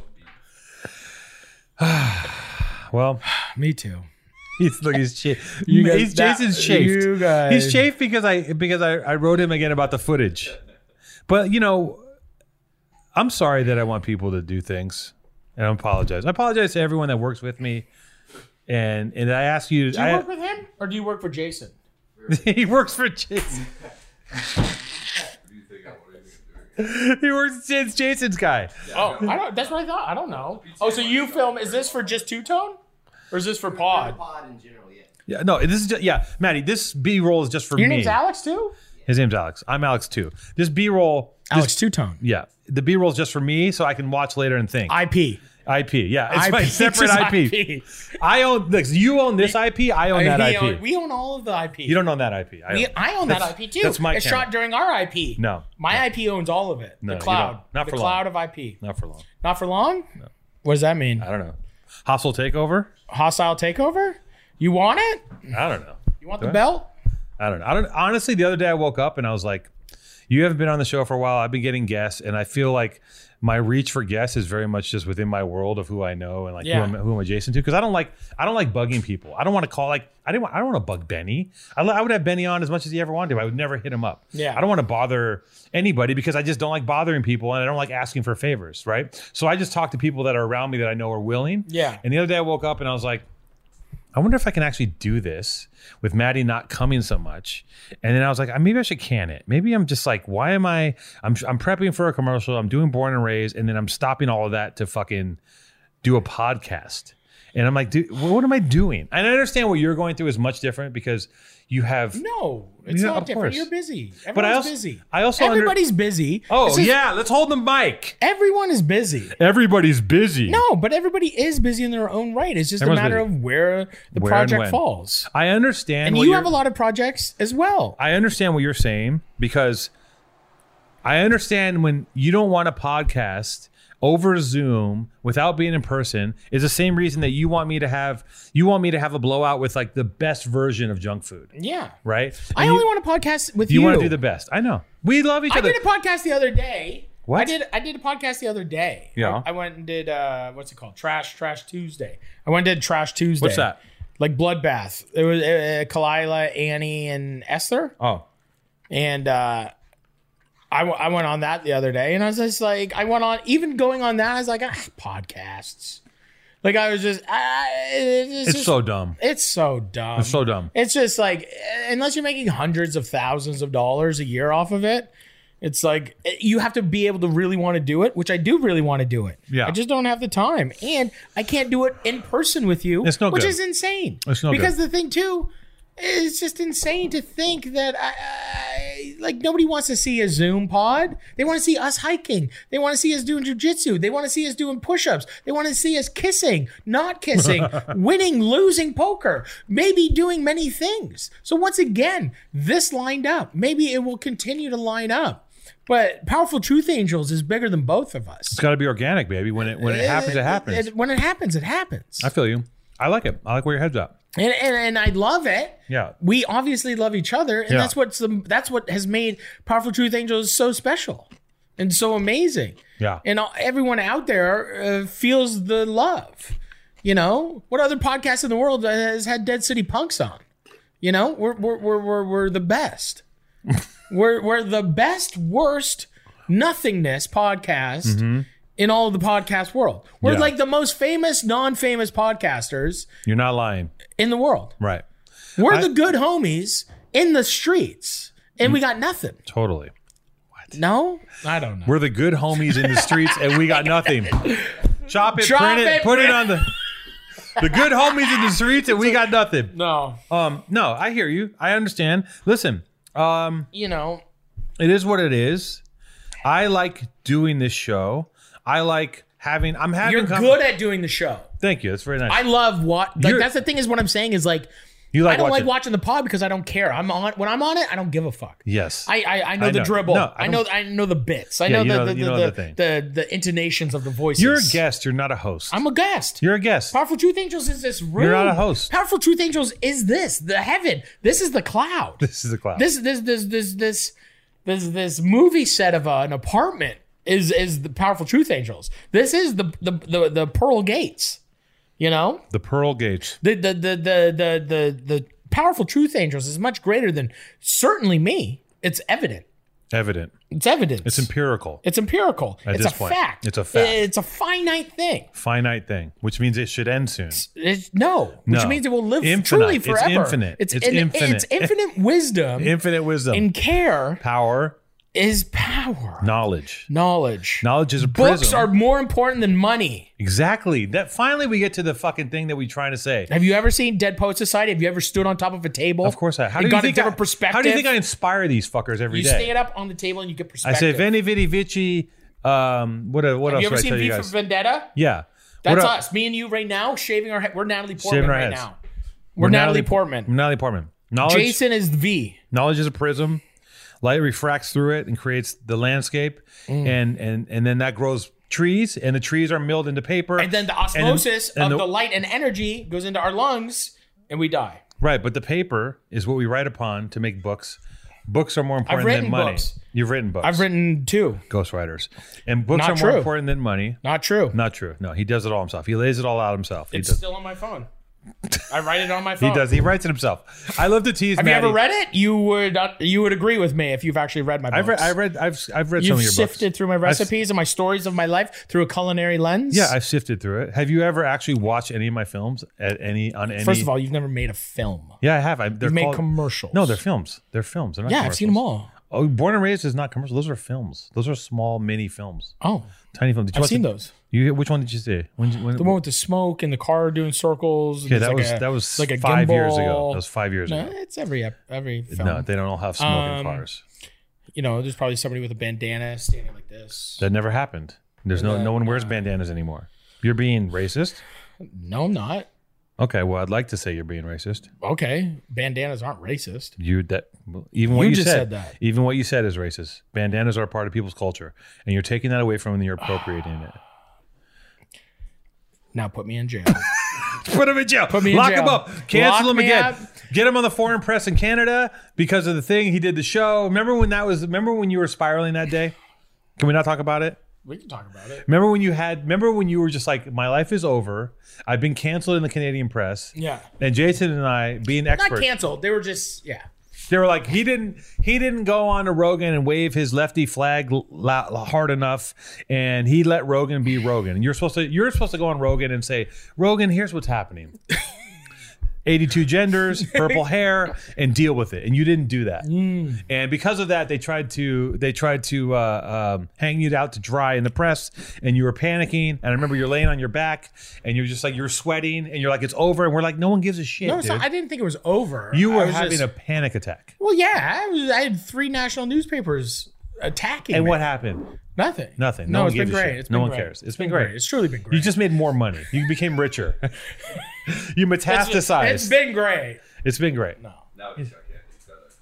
the beat. Well, (laughs) Me too. he's look, he's chafed. (laughs) You guys- he's that- Jason's chafed. you guys- He's chafed because I because I, I wrote him again about the footage. But you know, I'm sorry that I want people to do things, and I apologize. I apologize to everyone that works with me, and and I ask you. Do you I- work with him or do you work for Jason? (laughs) he works for Jason. What do you think I what do you think I'm doing? He works it's Jason's guy. Oh, I don't. That's what I thought. I don't know. Oh, so you film? Is this for just two tone, or is this for pod? pod in general, yeah. Yeah, no, this is just, yeah, Maddie. This B roll is just for Your me. name's Alex too. His name's Alex. I'm Alex too. This B roll. Alex two tone. Yeah, the B roll is just for me, so I can watch later and think. IP. IP. Yeah, it's my IP, separate just IP. IP. I own this. You own this IP. I own that We IP. own- we own all of the IP. you don't own that IP. I We, own. I own That's- that IP too. that's my It's channel. shot during our IP. No, My IP owns all of it. No, you the don't. cloud. Not the for long. cloud of IP. not for long. Not for long? What does that mean? I don't know. Hostile takeover? Hostile takeover? You want it? I don't know. You want Do the I? belt? I don't know. I don't honestly the other day I woke up and I was like, you haven't been on the show for a while. I've been getting guests and I feel like my reach for guests is very much just within my world of who I know and like Yeah. who, I'm, who I'm adjacent to because I don't like I don't like bugging people. I don't want to call like I didn't want, I don't want to bug Benny. I, li- I would have Benny on as much as he ever wanted to. But I would never hit him up. Yeah. I don't want to bother anybody because I just don't like bothering people and I don't like asking for favors. Right. So I just talk to people that are around me that I know are willing. Yeah. And the other day I woke up and I was like, I wonder if I can actually do this with Maddie not coming so much. And then I was like, "Ah, maybe I should can it. Maybe I'm just like, why am I? I'm I'm prepping for a commercial. I'm doing Born and Raised, and then I'm stopping all of that to fucking do a podcast. And I'm like, dude, wh- what am I doing? And I understand what you're going through is much different because you have. No, it's Yeah, not of different. course. You're busy. Everyone's But I also, busy. I also under- Everybody's busy. It's oh just- yeah, let's hold the mic. Everyone is busy. Everybody's busy. No, but everybody is busy in their own right. It's just Everyone's a matter busy. of where the Where and project when. falls. I understand. And what you you're- have a lot of projects as well. I understand what you're saying because I understand when you don't want a podcast over Zoom without being in person is the same reason that you want me to have you want me to have a blowout with like the best version of junk food, yeah. right? I And only you, want to podcast with you you. want to do the best. I know. We love each I other. did a podcast the other day. What? I did I did a podcast the other day. Yeah. I, I went and did uh what's it called? Trash Trash Tuesday. I went and did Trash Tuesday. What's that? Like Bloodbath. It was uh, Kalila, Annie, and Esther. Oh. And uh, I, w- I went on that the other day, and I was just like, I went on, even going on that, I was like, ah, podcasts. Like, I was just, ah, it's, It's just- so dumb. it's so dumb. It's so dumb. It's just like, eh, unless you're making hundreds of thousands of dollars a year off of it, it's like eh, you have to be able to really want to do it, which I do really want to do it. Yeah. I just don't have the time, and I can't do it in person with you. It's no which good. is insane. It's no good. because the thing too, it's just insane to think that I, I like nobody wants to see a Zoom pod. They want to see us hiking. They want to see us doing jujitsu. They want to see us doing push-ups. They want to see us kissing, (laughs) not kissing, winning, losing poker, maybe doing many things. So once again, this lined up. Maybe it will continue to line up. But Powerful Truth Angels is bigger than both of us. It's got to be organic, baby. When it when it happens, it happens. When it happens, it happens. I feel you. I like it. I like where your head's at. And, and and I love it. Yeah. We obviously love each other, and Yeah. that's what's the that's what has made Powerful Truth Angels so special and so amazing. Yeah. And all, everyone out there uh, feels the love. You know, what other podcast in the world uh, has had Dead City Punks on? You know, we're we're we're we're, we're (laughs) the best. we're we're the best worst nothingness podcast in all of the podcast world. We're Mm-hmm. Yeah. like the most famous non-famous podcasters You're not lying. in the world. Right. We're I- the good homies in the streets, and we got nothing. Totally. No, I don't know. We're the good homies in the streets, and we got nothing. Chop it, Chop print it, it, put it print- on the. The good homies in the streets, and we got nothing. no, Um, no, I hear you. I understand. Listen, um, you know, it is what it is. I like doing this show. I like having. I'm having. you're com- good at doing the show. Thank you. That's very nice. I love what. Like, You're- that's the thing is what I'm saying is like you I like don't watching. like watching the pod because I don't care. I'm on when I'm on it. I don't give a fuck. yes. I, I, I know I the know. dribble. No, I I, know I know the bits. I Yeah, know, you the, know- the, you the, know the, the thing. the the intonations of the voices. you're a guest. You're not a host. I'm a guest. you're a guest. Powerful Truth Angels is this room. not a host. Powerful Truth Angels is this the heaven. This is the cloud. this is a cloud. this this this this this this this movie set of uh, an apartment is is the powerful truth angels. This is the the the, the pearl gates. You know the Pearl Gates. the the the the the the, the powerful truth angels is much greater than certainly me. It's evident. Evident. It's evidence. It's empirical. It's empirical. it's this a point, fact. it's a fact. It's a finite thing. Finite thing, which means it should end soon. It's, no, which No. means it will live Infinite. truly It's forever. infinite. It's infinite. It's (laughs) infinite wisdom Infinite wisdom, and care power, is power. knowledge. Knowledge. Knowledge is a Books prism. are more important than money. Exactly. That finally we get to the fucking thing that we're trying to say. Have you ever seen Dead Poet Society? Have you ever stood on top of a table? Of course, I. How And do you got think a different I, perspective? How do you think I inspire these fuckers every You day? stand up on the table and you get I perspective. say Veni Vidi Vici. Um, what what else Have you do ever I seen tell V you for guys? Vendetta? yeah, What That's el- us. Me and you right now shaving our head. We're Natalie Portman Shaving our right heads. now. We're, Natalie, Portman. Natalie Portman. Knowledge. Jason is V. Knowledge is a Mm. prism. Light refracts through it and creates the landscape, and and and then that grows trees, and the trees are milled into paper. And then the then- osmosis and of the- the, light and energy goes into our lungs and we die. right, but the paper is what we write upon to make books. Books are more important written than money. books. You've written books. I've written two. ghostwriters, and books Not are more true. important than money. Not true. Not true. No, he does it all himself. He lays it all out himself. He it's does. still on my phone. I write it on my phone. He does. He writes it himself. I love to tease. Have Maddie. you ever read it? You would not, you would agree with me if you've actually read my books. I've read. I read. I've I've read some You've of your sifted books. through my recipes and my stories of my life through a culinary lens. Yeah, I've sifted through it. Have you ever actually watched any of my films at any on any? First of all, you've never made a film. yeah, I have. I, they're You've made called- commercials. No, they're films. They're films. They're not yeah, I've seen them commercials. all. Oh, Born and Raised is not commercial. Those are films. Those are small mini films, Oh, tiny films. Did you I've watch seen the- those. You which one did you see? When, when, The one with the smoke and the car doing circles. and yeah, it's that like was a- that was like a five years ago. gimbal. That was five years No, ago. it's every ep- every film. No, they don't have smoking Um, cars. you know, there's probably somebody with a bandana standing like this. That never happened. There's no that- no one wears bandanas anymore. You're being racist. no, I'm not. Okay, well, I'd like to say you're being racist. Okay, bandanas aren't racist. You that well, even what You you, just said, said that. even what you said is racist. Bandanas are a part of people's culture, and you're taking that away from them. And you're appropriating it. Now put me in jail. (sighs) Put him in jail. Put me in Lock jail. him up. Cancel Lock him me again. up. Get him on the foreign press in Canada because of the thing he did. The show. Remember when that was? Remember when you were spiraling that day? Can we not talk about it? we can talk about it. Remember when you had? Remember when you were just like, my life is over. I've been canceled in the Canadian press. Yeah, And Jason and I, being not experts, canceled. They were just yeah. they were like, he didn't, he didn't go on to Rogan and wave his lefty flag l- la- hard enough, and he let Rogan be Rogan. And you're supposed to, you're supposed to go on Rogan and say, Rogan, here's what's (laughs) happening. 82 genders, purple hair, and deal with it. And you didn't do that. Mm. And because of that, they tried to they tried to uh, um, hang you out to dry in the press, and you were panicking. And I remember you're laying on your back, and you're just like you're sweating, and you're like it's over. And we're like, no one gives a shit. No, it's dude. not, I didn't think it was over. You I were was having just- Oh, a panic attack. well, yeah. I, was, I had three national newspapers attacking. And me. what happened? Nothing. Nothing. No No, one it's been gives a great. shit. It's No been one great. cares. It's been great. It's truly been great. You just made more money. You became richer. you It's metastasized. just- it's been great. it's been great. Now he's got candy. He's got that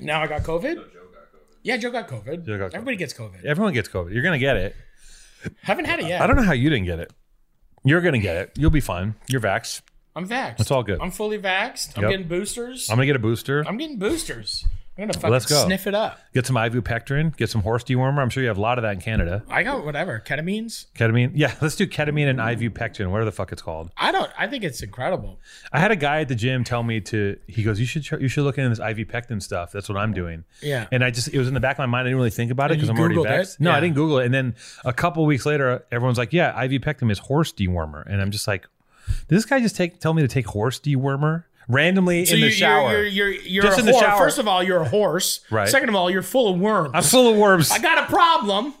COVID. Now I got COVID. No, Joe got COVID. Yeah, Joe got COVID. Joe got Everybody gets COVID. Everyone gets COVID. You're gonna get it. Haven't had it yet. I don't know how you didn't get it. You're gonna get it. You'll be fine. You're vaxxed. I'm vaxxed. It's all good. I'm fully vaxxed. I'm Yep. getting boosters. I'm I'm, gonna get a booster. getting boosters. I'm gonna fucking Let's go. sniff it up. Get some ivermectin. Get some horse dewormer. I'm sure you have a lot of that in Canada. I got whatever ketamines. Ketamine. Yeah, let's do ketamine and ivermectin. Whatever the fuck it's called. I don't. I think it's incredible. I had a guy at the gym tell me to. He goes, "You should tr- you should look into this ivermectin stuff. That's what I'm doing." Yeah. And I just it was in the back of my mind. I didn't really think about it And because you I'm already Googled vaxxed. it? No, I Yeah. didn't Google it. And then a couple weeks later, everyone's like, "Yeah, ivermectin is horse dewormer," and I'm just like, "Did this guy just take tell me to take horse dewormer randomly in the you- shower?" You're you're you're, you're Just a in the whore. shower. First of all, you're a horse. Right. Second of all, you're full of worms. I'm full of worms. I got a problem.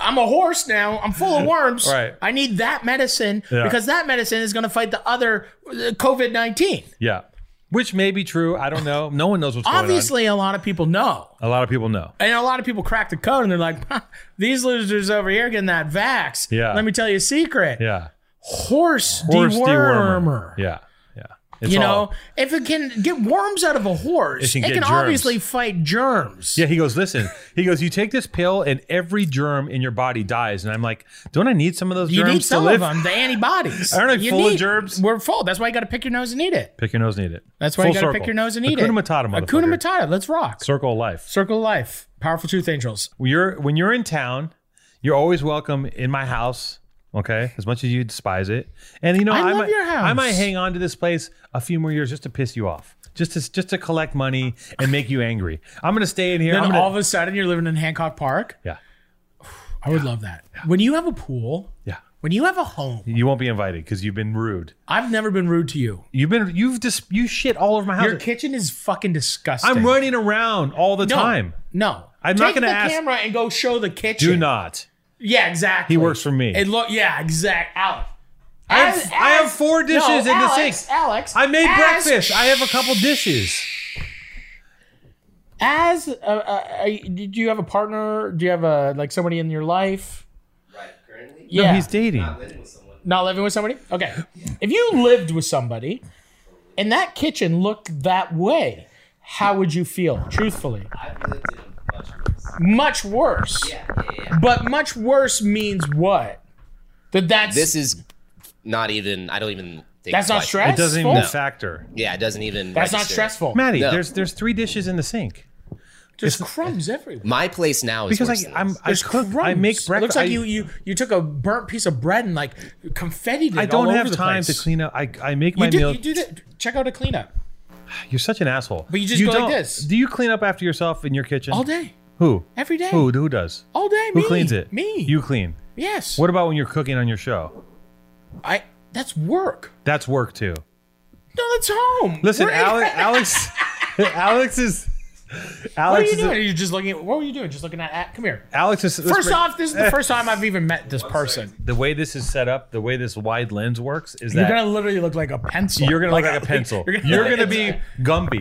I'm a horse now. I'm full of worms. (laughs) Right. I need that medicine Yeah. because that medicine is going to fight the other uh, COVID 19. yeah, which may be true. I don't know. No one knows what's Obviously, a lot of people know. going on. A lot of people know. And a lot of people crack the code and they're like, "Huh, these losers over here getting that vax. Yeah. Let me tell you a secret. Yeah, Horse, horse dewormer. dewormer. Yeah, yeah. It's You all- know, if it can get worms out of a horse, It it can can, get germs. obviously fight germs. Yeah, he goes, listen, he goes, you take this pill and every germ in your body dies. And I'm like, don't I need some of those You germs need some to live? of them, (laughs) the antibodies. Aren't they You full of need- germs? We're full. That's why you got to pick your nose and eat it. Pick your nose and eat it. That's why Full you got to circle. pick your nose and eat Hakuna it. Matata, motherfucker. Hakuna Matata. Let's rock. Circle of life. Circle of life. Powerful truth angels. When you're, when you're in town, you're always welcome in my house. Okay, as much as you despise it, and you know, I I, love might, your house. I might hang on to this place a few more years just to piss you off, just to just to collect money and make you angry. I'm gonna stay in here. Then I'm gonna- all of a sudden you're living in Hancock Park. yeah, I would love that. When you have a pool, yeah. when you have a home, You won't be invited because you've been rude. I've never been rude to you. You've been you've just you shit all over my house. Your kitchen is fucking disgusting. I'm running around all the No, time. No, I'm not Take gonna the ask- camera and go show the kitchen. Do not. Yeah, exactly. He works for me. And look, yeah, exact. Alex, I have, As- I have as- four dishes no, in the Alex, sink. Alex, I made as- breakfast. I have a couple dishes. As uh, uh, uh, do you have a partner? Do you have a like somebody in your life? Right, currently? Yeah, No, he's dating. Not living with someone. not living with somebody. Okay, if you lived with somebody, and that kitchen looked that way, how would you feel? Truthfully, I've lived in a bunch of rooms. much worse. Yeah, yeah, yeah. But much worse means what? That that's This is not even. I don't even. Think that's not twice. It stressful. doesn't even factor. Yeah, it doesn't even. That's not register. stressful. Maddie, No. there's there's three dishes in the sink There's crumbs everywhere. My place now is because worse than I I'm, this. I There's cook crumbs. I make breakfast. It looks like I, you, you you took a burnt piece of bread and like confettied it. I don't all have over time the to place. clean up. I, I make You my do, meal. you do that. Check out a cleanup You're such an asshole. But you just go like don't- this. Do you clean up after yourself in your kitchen? all day, Who? every day, Who? Who does? all day. Who me. cleans it? Me. You clean. Yes. What about when you're cooking on your show? I. That's work. That's work too. No, that's home. Listen, We're- (laughs) Alex, Alex, (laughs) Alex is. What are Alex you is. doing? You're just looking. At, what were you doing? Just looking at. at come here. Alex is. let's First bring- off, (laughs) this is the first time I've even met this person. the way this is set up, the way this wide lens works, is You're that gonna literally look like a pencil. You're gonna look like a pencil. (laughs) You're (laughs) you're gonna, gonna- be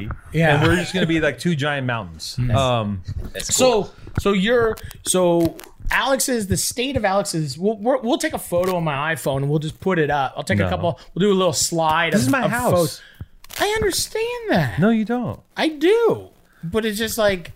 Gumby, Yeah. and we're just gonna be like two giant (laughs) mountains. Um, That's cool. So, so you're so Alex's the state of Alex's. We'll we're, we'll take a photo on my iPhone and we'll just put it up. I'll take No. a couple. We'll do a little slide. this of, is my of house. photos. I understand that. No, you don't. I do, but it's just like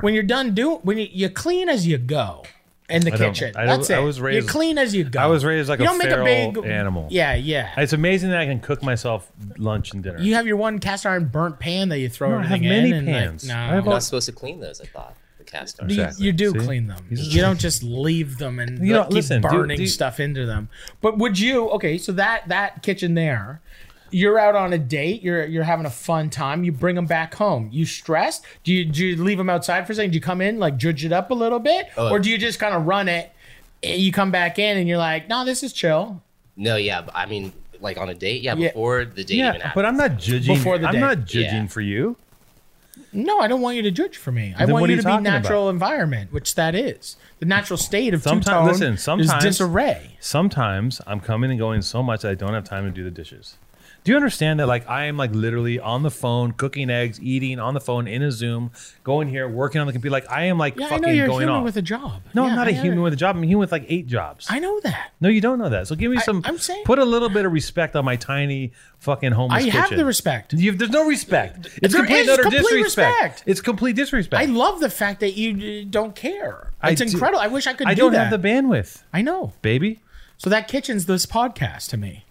when you're done doing when you, you clean as you go in the I don't- kitchen. I don't- That's I it. was raised- you clean as you go. I was raised like you a don't make a feral big animal. Yeah, yeah. It's amazing that I can cook myself lunch and dinner. you have your one cast iron burnt pan that you throw No, I have everything many in. and, like, pans. no. I have You're all- not supposed to clean those. I thought the cast iron. You- Exactly. You do See? clean them. He's a- You don't just leave them and You like, don't- keep listen, do- burning do- stuff into them. But would you? Okay, so that that kitchen there, you're out on a date. You're you're having a fun time. You bring them back home. You stressed? Do you do you leave them outside for a second? Do you come in like judge it up a little bit, Uh, or do you just kind of run it? and You come back in and you're like, no, this is chill. No, yeah, but I mean, like on a date, yeah, Yeah. before the date even yeah, happened. but I'm not judging. Before the I'm day. not judging Yeah. for you. No, I don't want you to judge for me. I Then what want are you you to be talking about? natural environment, which that is. The natural state of two Sometime- tone listen, is sometimes- disarray. Sometimes I'm coming and going so much that I don't have time to do the dishes. Do you understand that? Like I am like literally on the phone, cooking eggs, eating on the phone in a Zoom, going here, working on the computer. Like I am like Yeah, I fucking know you're a going human off. with a job. no, Yeah, I'm not I a know human that. with a job. I'm a human with like eight jobs. I know that. no, you don't know that. So give me some. I'm saying- Put a little bit of respect on my tiny fucking homeless I have kitchen. the respect. You've, there's no respect. It's There complete is and utter complete disrespect. respect. It's complete disrespect. I love the fact that you uh, don't care. I It's do- incredible. I wish I could I do don't that. have the bandwidth, I know. baby. So that kitchen's this podcast to me.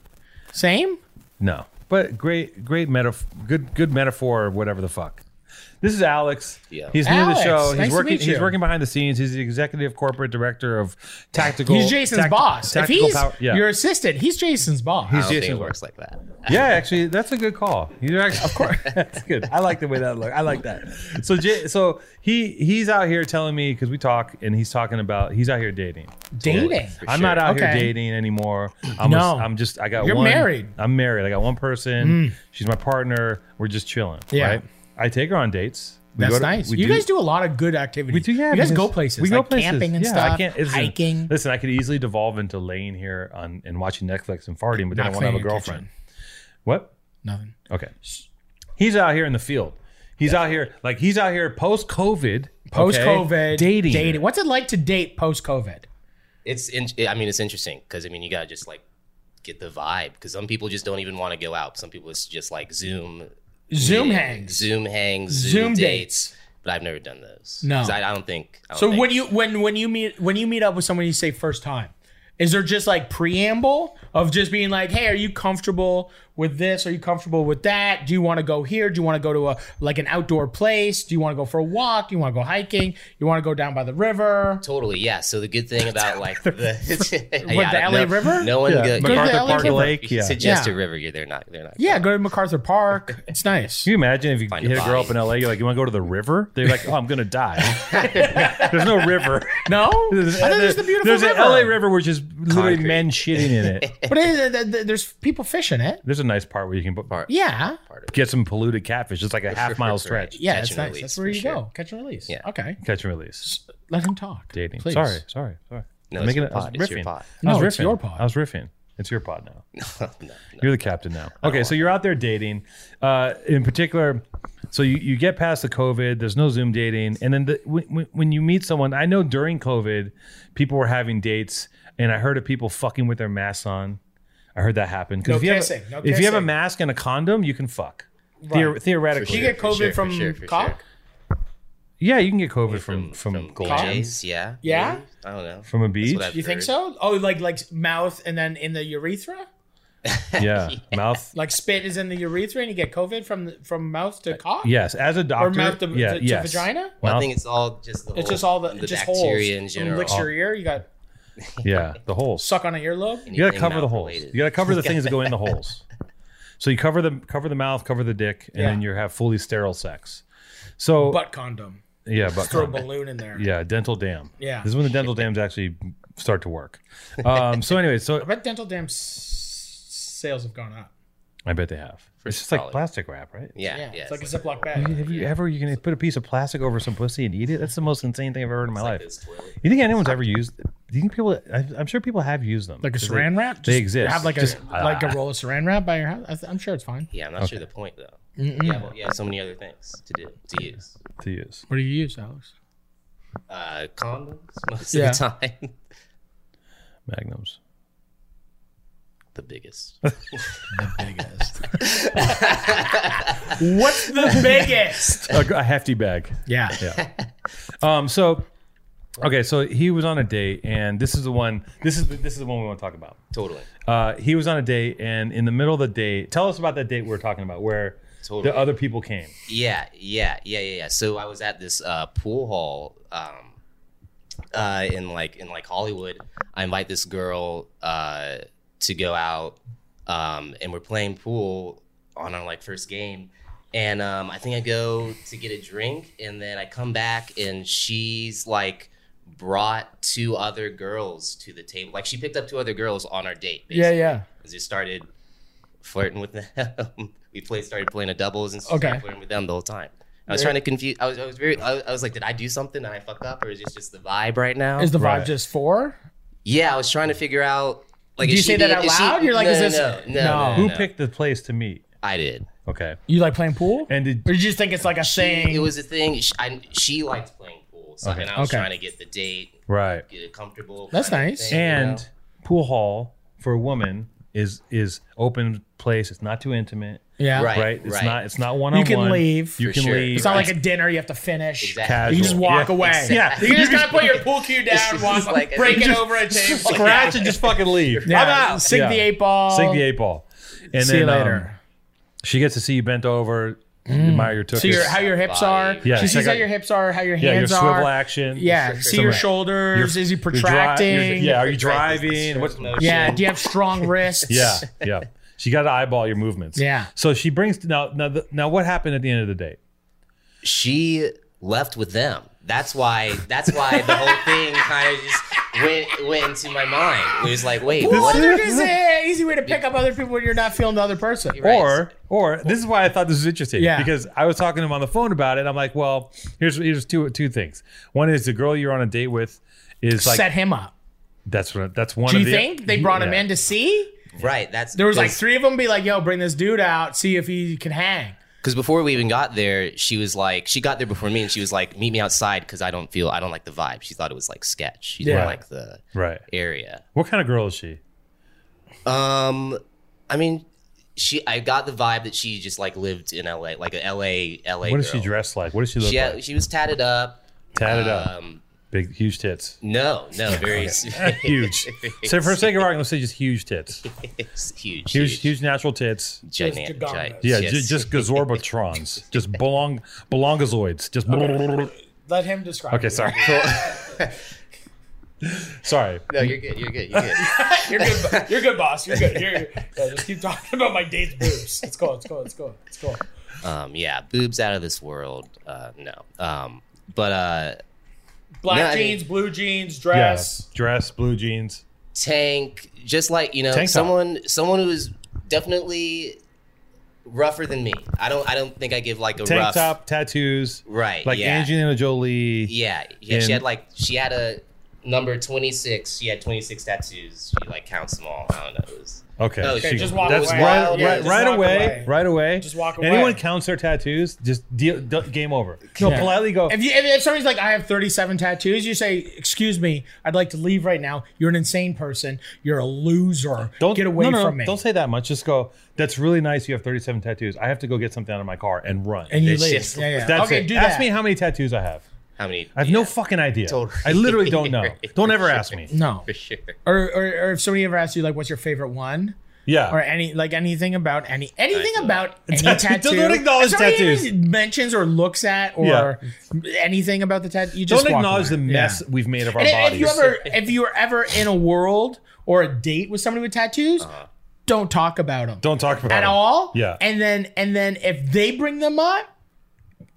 Same? No, but great, great metaphor. Good, good metaphor. Or whatever the fuck. This is Alex. Yeah. He's new Alex, to the show. nice he's to working. meet you. He's working behind the scenes. He's the executive corporate director of tactical. He's Jason's tact- boss. If tactical he's power- yeah. your assistant, he's Jason's boss. I don't think Jason it works like that. yeah, actually, that's a good call. You're actually, (laughs) of course, that's good. I like the way that look. I like that. So, J- so he he's out here telling me because we talk, and he's talking about he's out here dating. Dating. For I'm not sure. out here Okay. dating anymore. I'm No. a, I'm just I got You're one married. Mm. I'm married. I got one person. She's my partner. We're just chilling. Yeah. Right? I take her on dates. We That's go to- nice. we You do- guys do a lot of good activities. we do, yeah. you guys because go places. We like go places. camping and yeah, stuff. I can't, listen, hiking. Listen, I could easily devolve into laying here on, and watching Netflix and farting, but then I won't Not have a cleaning your girlfriend. What? Nothing. Okay. He's out here in the field. He's out here like he's out here post COVID. Post COVID. dating. Dating. What's it like to date post COVID? It's. In, I mean, it's interesting because I mean, you gotta just like get the vibe because some people just don't even want to go out. Some people it's just like Zoom, Zoom yeah, hangs. Zoom hangs, Zoom, Zoom dates. But I've never done those. No. 'Cause I, I don't think. I don't So think- when you when when you meet when you meet up with someone you say first time, is there just like preamble of just being like, hey, are you comfortable with this? Are you comfortable with that? Do you want to go here? Do you want to go to a like an outdoor place? Do you want to go for a walk? Do you want to go hiking? You want to go down by the river? Totally, yeah. So the good (laughs) thing about like the, (laughs) yeah, What, the LA no, River? no one Yeah. go- MacArthur Yeah, Park Lincoln- Lake. Yeah. Can suggest Yeah. a river. You're they're not. They're not. Yeah, go to MacArthur (laughs) Park. It's nice. you imagine if you Find a hit a girl body. up in LA, you're like, you want to go to the river? They're like, oh, I'm gonna die. there's no river. No, I thought there's the beautiful There's river. a LA river which is literally Concrete. men shitting in it. (laughs) but it- it- it- there's people fishing it. There's a nice part where you can put, Yeah, get some polluted catfish. It's like a half mile stretch. yeah, Catch it's and nice. release, That's where for you sure. go catch and release. Yeah. Okay, Catch and release. let him talk. Dating. Please. Sorry, sorry, sorry. No, I'm it's making your it- I was pod. It's your riffing. I pod. was No, it's riffing. your pod. I was riffing. It's your pod now. (laughs) no, You're the captain now. Okay, so you're out there dating. Uh, in particular, so you, you get past the COVID. There's no Zoom dating, and then the, when, when- when you meet someone, I know during COVID, people were having dates, and I heard of people fucking with their masks on. I heard that happen No if you kissing, have a, no if you have a kissing. mask and a condom, you can fuck. Theor- Right. theoretically, You get For sure, COVID for from sure, for cock. sure. Yeah, you can get COVID from from, cold gin. BJ's, yeah. Yeah? maybe. I don't know. From a beach. what I've You think heard. so? Oh, like like mouth and then in the urethra? (laughs) Yeah. Mouth. Like spit is in the urethra and you get COVID from the- from mouth to cock? Yes, as a Uh, doctor. Or mouth to, yeah, to, to yes. vagina? Well, I Mouth- think it's all just the It's whole- just all the, Oh, the just holes. bacteria Someone in general. Licks your ear, you got Yeah, the holes. suck on an earlobe. you gotta anything cover the mouth holes. related. You gotta cover the things that go in the (laughs) holes. So you cover the cover the mouth, cover the dick, and Yeah. then you have fully sterile sex. So Butt condom. yeah, but uh, Throw a balloon in there. yeah, dental dam. Yeah. this is when the dental dams actually start to work. Um, so anyway, I so bet dental dam s- sales have gone up. I bet they have. For It's just solid. like plastic wrap, right? Yeah, Yeah, yeah. it's like a Ziploc bag. Have you ever you can put a piece of plastic over some pussy and eat it? That's the most insane thing I've ever heard in my life. It's toilet. You think anyone's ever used? Do you think people? I, I'm sure people have used them. (laughs) Like a 'Cause they- saran wrap? they Just exist. Have like a Just- like a roll of saran wrap by your house. I th- I'm sure it's fine. Yeah, I'm not sure the point though. Mm. Yeah, well, yeah, so many other things to do to use. to use. What do you use, (laughs) Alex? Uh, condoms most Yeah. of the (laughs) time. Magnums. (laughs) the biggest. (laughs) Biggest. (laughs) What's the biggest? a, a hefty bag. Yeah. Um. So, okay. So he was on a date, and this is the one. This is the, this is the one we want to talk about. Totally. Uh, he was on a date, and in the middle of the date, tell us about that date we are talking about, where Totally. the uh, other people came. Yeah, yeah, yeah, yeah, yeah. So I was at this uh, pool hall um, uh, in like in like Hollywood. I invite this girl uh, to go out, um, and we're playing pool on our like first game. And um, I think I go to get a drink, and then I come back, and she's like brought two other girls to the table. Like she picked up two other girls on our date. Yeah, yeah. because we started flirting with them. (laughs) we played, started playing a doubles and started Okay. flirting with them the whole time. I was Yeah. trying to confuse. I was, I was very. I was, I was like, did I do something and I fucked up, or is this just the vibe right now? Is the vibe Right. just four? yeah, I was trying to figure out. Like, Did is you she say that being- out is she- loud? You're like, no, is no, this- no, no, No. no, Who Oh, no. picked the place to meet? I did. Okay. You like playing pool? And did (laughs) or you just think it's like a saying? It was a thing. She, I, she liked playing pool, so Okay. and I was Okay. trying to get the date, right get it comfortable. That's kind of nice. thing, you and know? pool hall for a woman is is open place. It's not too intimate. yeah. Right. Right. It's not. It's not one on You one. can leave. You For can sure. leave. It's not like a dinner you have to finish. Exactly. Casual. You can just walk Yeah. away. Yeah. You just gotta put (laughs) your pool cue down, just walk, like- break it Just- over a table. Scratch and just fucking leave. Yeah. I'm out. Sink the Yeah. eight ball. Sink the eight ball. And See you then, um, later. Mm. she gets to see you bent over, admire your tuchus. so your, how your hips are. Body. Yeah, she it's sees like how a- your hips are, how your yeah, your hands swivel are. action. Yeah. See your Something. shoulders. Is he Your dri- protracting? your- yeah, are you Practice the driving? stroke What's motion. Yeah. Do you (laughs) have strong wrists? yeah, yeah. She got to eyeball your movements. Yeah. So she brings now now the, now what happened at the end of the date? she left with them. That's why. That's why the whole thing kind of just went went into my mind. It was like, wait, Well, what? (laughs) they're just an easy way to pick up other people when you're not feeling the other person. Right. Or or this is why I thought this was interesting. Yeah. Because I was talking to him on the phone about it. I'm like, well, here's here's two two things. One is the girl you're on a date with is like Set him up. that's what that's one. Do of you the, think they brought him Yeah. in to see? Right. That's There was like because- three of them. Be like, yo, bring this dude out, see if he can hang. Because before we even got there, she was like, she got there before me, and she was like, meet me outside because I don't feel, I don't like the vibe. She thought it was like sketch. She didn't Yeah. like the Right. area. What kind of girl is she? Um, I mean, she, I got the vibe that she just like lived in L.A., like a L.A. L.A. What does girl. she dress like? What does she look She, had, like? she was tatted up. Tatted up, Um, big huge tits. no, no, very (laughs) huge. So for sake of argument, let's say just huge (laughs) tits, it's huge, huge, huge natural tits. gigantic, Just giant, Yeah, yes. ju- just (laughs) gazorbatrons, just belong belongazoids, just. Let him (laughs) describe. Okay, it. (laughs) sorry. (laughs) sorry. No, you're good. You're good. You're good. You're good. bo- You're good, boss. You're good. You're, yeah, just keep talking about my date's boobs. It's cool. It's cool. It's cool. It's cool. (laughs) um, yeah, boobs out of this world. Uh, no. Um, but uh, Black No, I mean- jeans, blue jeans, Yeah, dress. dress, blue jeans. tank, just like you know, Tank top. someone, someone who is definitely rougher than me. I don't. I don't think I give like a Tank rough. top, tattoos. Right. Like yeah. Angelina Jolie. Yeah. Yeah. And- she had like she had a number twenty six. She had twenty six tattoos. She like counts them all. I don't know. It was Okay. Oh, she- okay, just walk that's away. right, Yeah, right, just right walk away, away. Right away. Just walk Anyone away. counts their tattoos, just deal, d- game over. No, Yeah. politely go. If, you, if, if somebody's like, I have 37 tattoos, you say, Excuse me, I'd like to leave right now. You're an insane person. You're a loser. Don't get away no, no, from me. Don't say that much. Just go. That's really nice. You have 37 tattoos. I have to go get something out of my car and run. and you It's leave. just- yeah, yeah. That's okay, it. do ask that. me how many tattoos I have. How many? I have no fucking idea. Totally. I literally don't (laughs) know. Don't ever ask me. (laughs) no. For sure. Or, or, or if somebody ever asks you, like, what's your favorite one? Yeah. Or any like anything about any anything Tattoo. about (laughs) any Tattoo. tattoo. Don't acknowledge If somebody tattoos. even Mentions or looks at or anything about the tattoo. You just Don't walk acknowledge away. the mess Yeah. we've made of our And if, bodies. if you ever if you were ever in a world or a date with somebody with tattoos, don't talk about them Uh-huh. don't talk about at it all. Yeah. And then and then if they bring them up,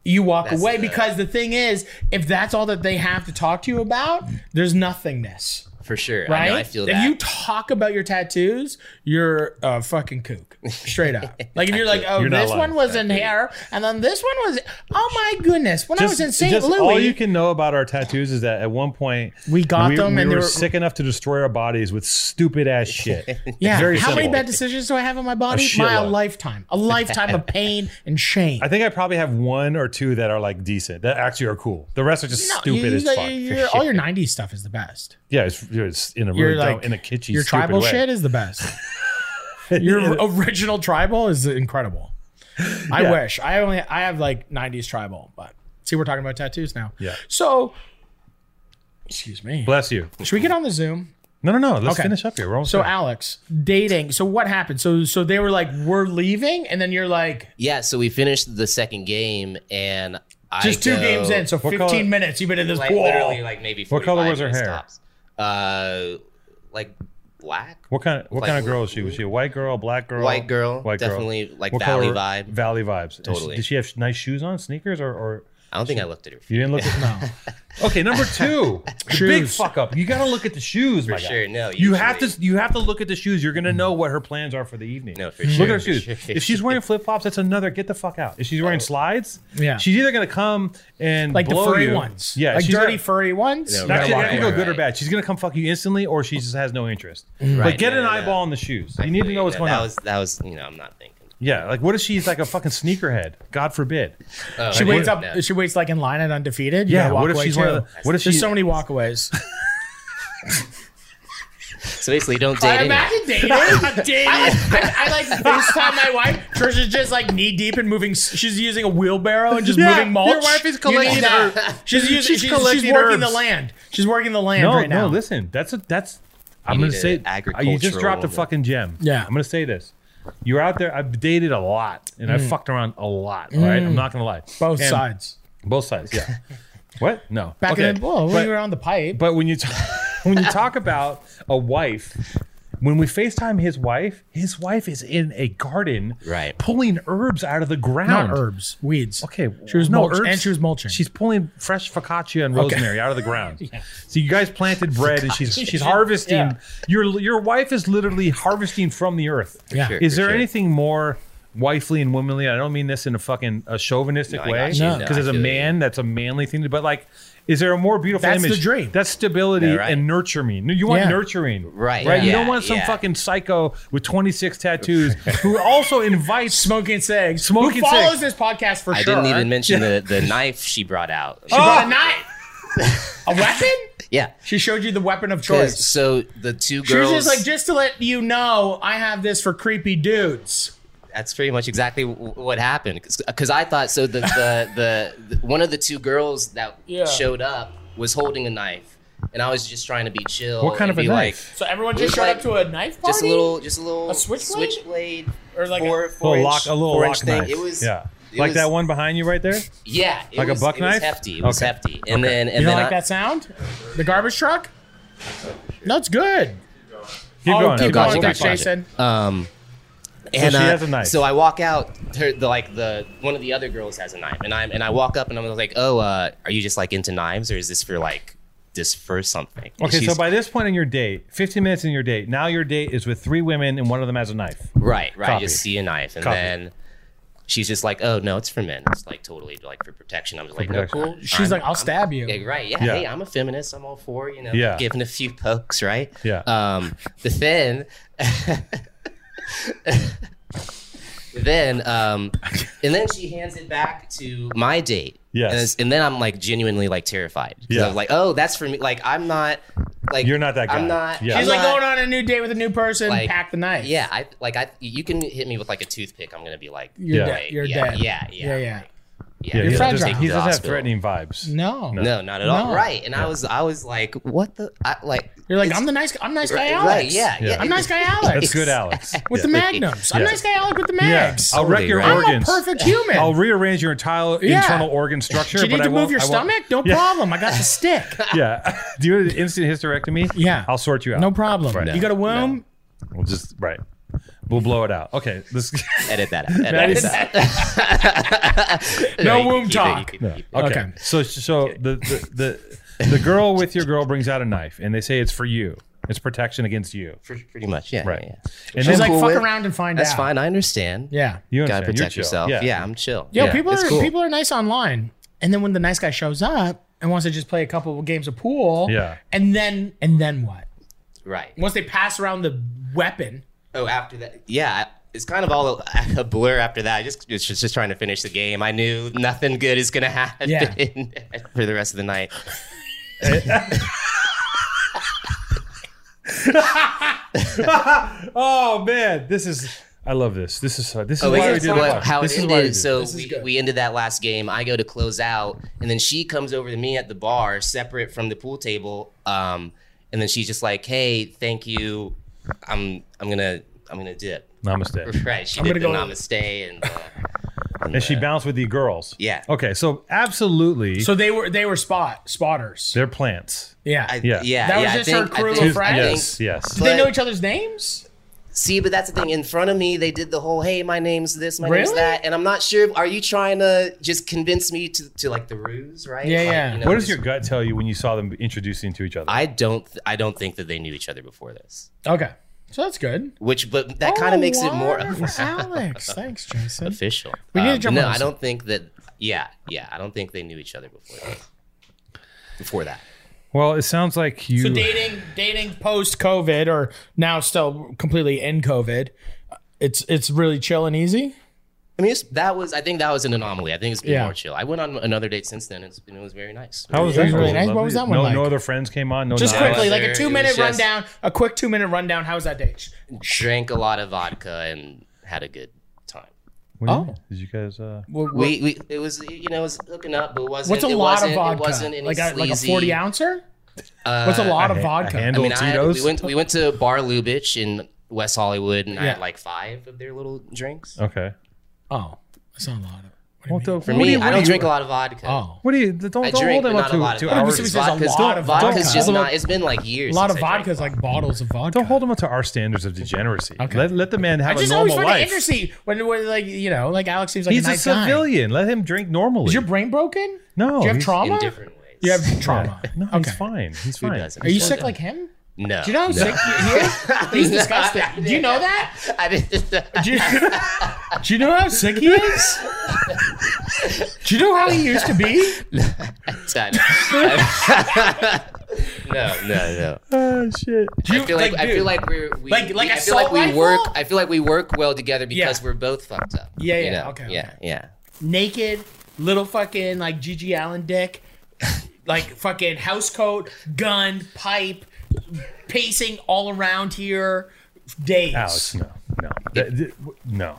you walk That's away the- because the thing is, if that's all that they have to talk to you about, there's nothingness, For sure. I, right? know, I feel If that. you talk about your tattoos, you're a fucking kook, straight up. (laughs) like if you're like, oh, You're not this lying. one was in here, and then this one was, oh my goodness, when I was in St. just All you Louis, can know about our tattoos is that at one point We got them we and they were, were- sick enough to destroy our bodies with stupid ass (laughs) shit. yeah. very How many simple. bad decisions do I have in my body? shitload. My lifetime, a lifetime of pain and shame. I think I probably have one or two that are like decent, that actually are cool. The rest are just stupid you, as you- fuck. (laughs) you're- all your '90s stuff is the best. yeah, it's, it's in a You're really dumb- like- in a kitschy, your stupid tribal way. (laughs) shit is the best. your original tribal is incredible. I Yeah. wish I only I have like '90s tribal, but see, we're talking about tattoos now. Yeah. So, excuse me. Bless you. Should we get on the Zoom? No, no, no. Let's Okay. finish up here. We're almost So, done. Alex, dating. So, what happened? So, so they were like, "We're leaving," and then you're like, yeah, so we finished the second game and I "Just two go- games in, so 15 color- minutes you've been in this like pool." literally like maybe What color 45 was her minutes hair? tops. Uh like black? what kind of what Like- kind of girl is she? Was she a white girl, black girl, White girl, white girl? definitely like What valley color- vibe. Valley vibes. And she- Totally. Did she have nice shoes on, sneakers, or, or I don't think I looked at her you didn't look at no. (laughs) Okay, number two, the big Shoes. fuck up. You gotta look at the shoes, my for guy. sure. No, You have to usually- you have to look at the shoes. You're gonna know what her plans are for the evening. No, for look sure, at her for shoes. sure. Oh. If she's wearing flip flops, that's another. Get the fuck out. If she's wearing slides, Yeah. she's either gonna come and like the blow furry you. ones. Yeah, like she's dirty not- furry ones. No, You're Actually, gonna it walk can Right. go away. good or bad. She's gonna come fuck you instantly, or she just has no interest. But Right, get no, an no, no. eyeball on the shoes. You I need feel to know what's that- going that on. Was, that was, you know, I'm not thinking. yeah, like what if she's like a fucking sneakerhead? God forbid. Oh, She I waits didn't up. (laughs) know. She waits like in line at undefeated. You Yeah, gotta walk what if away, she's one of too. the- what if There's she- so many walkaways. So basically, don't date. I (laughs) anyone. imagine dating. dating. I, like- I, I like FaceTime my wife. Trisha's just like knee deep and moving. She's using a wheelbarrow and just Yeah, moving mulch. your wife is You need collecting that. her- She's using. She's, she's collecting she's working herbs. the land. She's working the land No, right now. no, listen. That's a that's. I'm need gonna a say uh, you just agricultural dropped a woman. fucking gem. Yeah. I'm gonna say this. You're out there. I've dated a lot and I've fucked around a lot. All right, I'm not gonna lie. Mm. Both And- sides. Both sides. (laughs) Yeah. what? No. Back Okay, in the well, when but- we were on the pipe. But when you t- (laughs) when you talk about a wife, when we FaceTime his wife, his wife is in a garden, Right. pulling herbs out of the ground. not herbs, weeds. Okay, she was no mulch, herbs. and she was mulching. She's pulling fresh focaccia and rosemary out of the (laughs) ground. So you guys planted bread, and she's she's harvesting. Yeah. Your your wife is literally harvesting from the earth. yeah. Sure, Is for there sure. anything more wifely and womanly? I don't mean this in a fucking a chauvinistic No, I way, got you. No. because as a No, I feel man, that's a manly thing. to But like, is there a more beautiful That's the image? dream. That's stability Yeah, right. and nurturing. You want Yeah. nurturing, Right, Right. you yeah, don't want some yeah. fucking psycho with twenty six (laughs) tattoos who also invites. Smoking cigs. Smoking Who cigs. follows this podcast for I sure? didn't even mention the, (laughs) the knife she brought out. She brought a knife. a weapon? yeah. She showed you the weapon of 'Cause- choice. So the two She was girls. just like, just to let you know, I have this for creepy dudes. that's pretty much exactly w- what happened. Because I thought so. (laughs) The the, the the one of the two girls that Yeah. showed up was holding a knife, and I was just trying to be chill. What kind of and a be knife? So everyone It just was showed like- up to a knife party. Like, just a little, just a little A switchblade? switchblade or like four, a, a four little inch, lock, a little four lock inch thing. knife. It was yeah, it like was- that one behind you right there. Yeah, it Like a was- buck it was knife? hefty. It was Okay. hefty. And then and you then don't like I- that sound? The garbage truck. That's good. Keep Oh, going. keep keep going. going. Thanks, Keep going. Jason. Um, So and she uh, has a knife. So I walk out. Her, the like the one of the other girls has a knife, and I'm and I walk up and I'm like, oh, uh, are you just like into knives, or is this for like this for something? And Okay, so she's- by this point in your date, 15 minutes in your date, now your date is with three women and one of them has a knife. right, right, Copy. you see a knife, and Copy. then she's just like, oh no, it's for men. It's like totally like for protection. I'm just like, no, protection. cool. She's I'm- like, I'll I'm- stab you. Yeah, right. Yeah, Yeah. Hey, I'm a feminist. I'm all for you know Yeah. Um, giving a few pokes, right? Yeah. Um, but then (laughs) then um, and then she hands it back to my date. Yes. And, it's- and then I'm like genuinely like terrified. 'Cause Yeah. I'm like, oh, that's for me. Like I'm not like You're not that guy. I'm not. Yeah. I'm She's like not- going on a new date with a new person. Like, pack the knife. Yeah, I like I. You can hit me with like a toothpick. I'm gonna be like, You're Yeah. dead. You're yeah, dead. yeah, yeah, Yeah. Yeah. yeah. Yeah, You're he fragile. doesn't, he Take the doesn't have hospital. threatening vibes. No. No, not at all. No. Right, and I was, I was like, what the, I, like, You're like it's- I'm the nice. I'm nice guy right, Alex. right, yeah, Yeah. yeah. I'm nice guy Alex. (laughs) That's good, Alex. (laughs) With the magnums. I'm Yeah. nice guy Alec with the Yeah. mags. I'll wreck your Totally, I'm right. organs. (laughs) a perfect human. I'll rearrange your entire Yeah. internal (laughs) organ structure. Do you but need I to move won't- your I won't- stomach? No Yeah. problem. I got the stick. Yeah. (laughs) Do you have an instant hysterectomy? Yeah. I'll sort you out. No problem. Right. You got a womb? We'll just right. We'll blow it out. Okay. (laughs) This. (laughs) Edit that. Out. Edit is- that. (laughs) No you can womb keep it, you talk. can No. keep it. Okay. Okay. So so the the, the the girl with your girl brings out a knife and they say it's for you. It's protection against you. Pretty- Pretty much, yeah. Right. yeah, yeah. And then She's like, cool fuck with- around and find That's out. fine. I understand. Yeah. you understand, gotta you're protect chill. yourself. Yeah. I'm chill. Yo, yeah, people it's are cool. people are nice online. And then when the nice guy shows up and wants to just play a couple of games of pool, Yeah. and then and then what? right. Once they pass around the weapon, Oh, after that, yeah, it's kind of all a, a blur. After that, I just was just, just trying to finish the game. I knew nothing good is gonna (laughs) happen (laughs) Yeah. for the rest of the night. oh man, this is. I love this. This is uh, this is Oh, why yeah, we it's did what- it. how this it is why we ended. did So it. we, we ended that last game. I go to close out, and then she comes over to me at the bar, separate from the pool table. Um, and then she's just like, "Hey, thank you. I'm I'm gonna I'm gonna dip." (laughs) namaste. Right. She I'm did gonna the go- namaste and. Uh, And she bounced with the girls. (laughs) Yeah. Okay, so absolutely, so they were they were spot spotters. they're plants. Yeah. I, Yeah. yeah. yeah. That was I just her think- I crew of think- I friends? think- Yes, yes. Did they know but- each other's names? See, but that's the thing. In front of me, they did the whole, "Hey, my name's this, my name's Really? that," and I'm not sure. Are you trying to just convince me to, to like the ruse, right? Yeah, Like, yeah. you know, What does just- your gut tell you when you saw them introducing to each other? I don't. Th- I don't think that they knew each other before this. Okay. So that's good. Which, but that Oh, kind of makes it more water (laughs) for Alex. Thanks, Jason. official. Um, We need to jump no, on I this. don't think that. Yeah, yeah, I don't think they knew each other before this. Before that, well, it sounds like you. So dating, dating post COVID, or now still completely in COVID, it's it's really chill and easy. I mean, it's, that was. I think that was an anomaly. I think it's been Yeah. more chill. I went on another date since then, and, it's, and it was very nice. how was It that? was really one? nice. What Lovely. was that one no, like? no other friends came on. No, Just nothing. quickly, like there, it a was two minute just- rundown, a quick two minute rundown. How's that date? Drank a lot of vodka and had a good time. What do you Oh. mean? did you guys? Uh, We, we it was you know it was hooking up, but it wasn't. What's a it lot of wasn't- vodka? It wasn't any like, a, like a sleazy- forty ouncer? uh, What's a lot a of ha- vodka? A I handle mean, of I had, Tito's. we went we went to Bar Lubitsch in West Hollywood, and I Yeah. had like five of their little drinks. okay. oh, that's not a lot. Of, What the? For what do me, you- I don't drink a lot of vodka. oh, What do you? Don't, don't I drink, hold but them up not a to lot of to vodka. hours. Obviously, there's a Vodka's- lot of vodka's vodka. just Although- not. It's been like years. a lot of since I drank vodka is like bottles of vodka. Don't hold them up to our standards of degeneracy. Okay. Let, let the man I have a just always normal find it life. interesting when, when like you know like Alex seems like He's a a nice guy. civilian. Let him drink normally. Is your brain broken? no, Do you have he's- trauma? in different ways. You have trauma. No, he's Okay. fine. He's Who fine. doesn't? Are you sick like him? No. Do you know how no. sick he is? He's No, disgusting. I Do you know didn't. that? (laughs) (laughs) I didn't. Do you, do you know how sick he (laughs) is? Do you know how he used to be? I- (laughs) no, (laughs) no, no. Oh Ah, shit. I feel like, like, I feel dude. like we're we, Like- we- like I feel like assault we rifle? work. I feel like we work well together because Yeah. we're both fucked up. Yeah, you yeah, know? okay, yeah, yeah. Naked, little fucking like Gigi Allen dick, (laughs) like fucking house coat, gun, pipe, pacing all around here. Days. Alex, no, no, That- th- w- (laughs) no,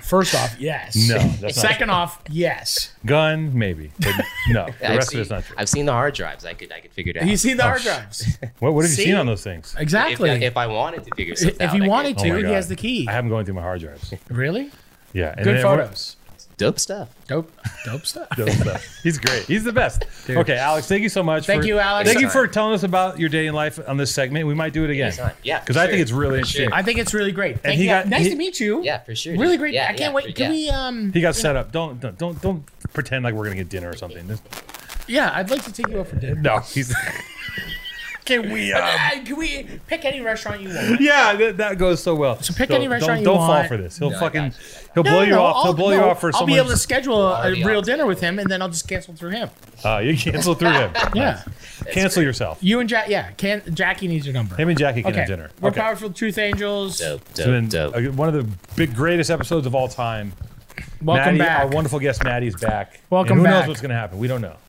First off, yes. (laughs) no. That's not Second off, yes. gun, maybe, but (laughs) no. The I've rest seen, of it's not true. I've seen the hard drives. I could I could figure it out. You see the hard Oh, sh- drives. What, what have you See? seen on those things? if, Exactly. if I wanted to figure something If out, you I wanted Oh to, my he God. has the key. I haven't going through my hard drives. Really? Yeah, and Good then- photos. could. dope stuff. Dope, dope stuff. those stuff. He's great. He's the best. Okay, Alex, thank you so much. Thank for, you, Alex. Thank you Anytime. for telling us about your dating life on this segment. We might do it again. Anytime. Yeah, because for I think sure. it's really interesting. I think it's really great. Thank he you. got- nice he- to meet you. Yeah, for sure. Really dude. great. Yeah, I can't yeah, for- wait. Can yeah. we? Um. He got set up. Don't don't don't don't pretend like we're gonna get dinner or something. This- (laughs) Yeah, I'd like to take you out for dinner. no, he's Can (laughs) we? um, can we pick any restaurant you (laughs) want? Yeah, that, that goes so well. So pick any restaurant Don't, don't you fall want. for this. He'll I fucking got you, I got he'll blow you off. I'll- he'll blow you no, off for I'll be someone. able to schedule a, a Already real off. dinner with him, and then I'll just cancel through him. Uh, you cancel through him. (laughs) Yeah, Cancel yourself. you and Jack. Yeah, can Jackie needs your number. Him and Jackie can okay, have dinner. we're powerful truth angels. Dope, dope, It's been dope. uh, one of the big greatest episodes of all time. Maddie, Welcome back. Our wonderful guest Maddie's back. Welcome and who back. knows what's going to happen? We don't know.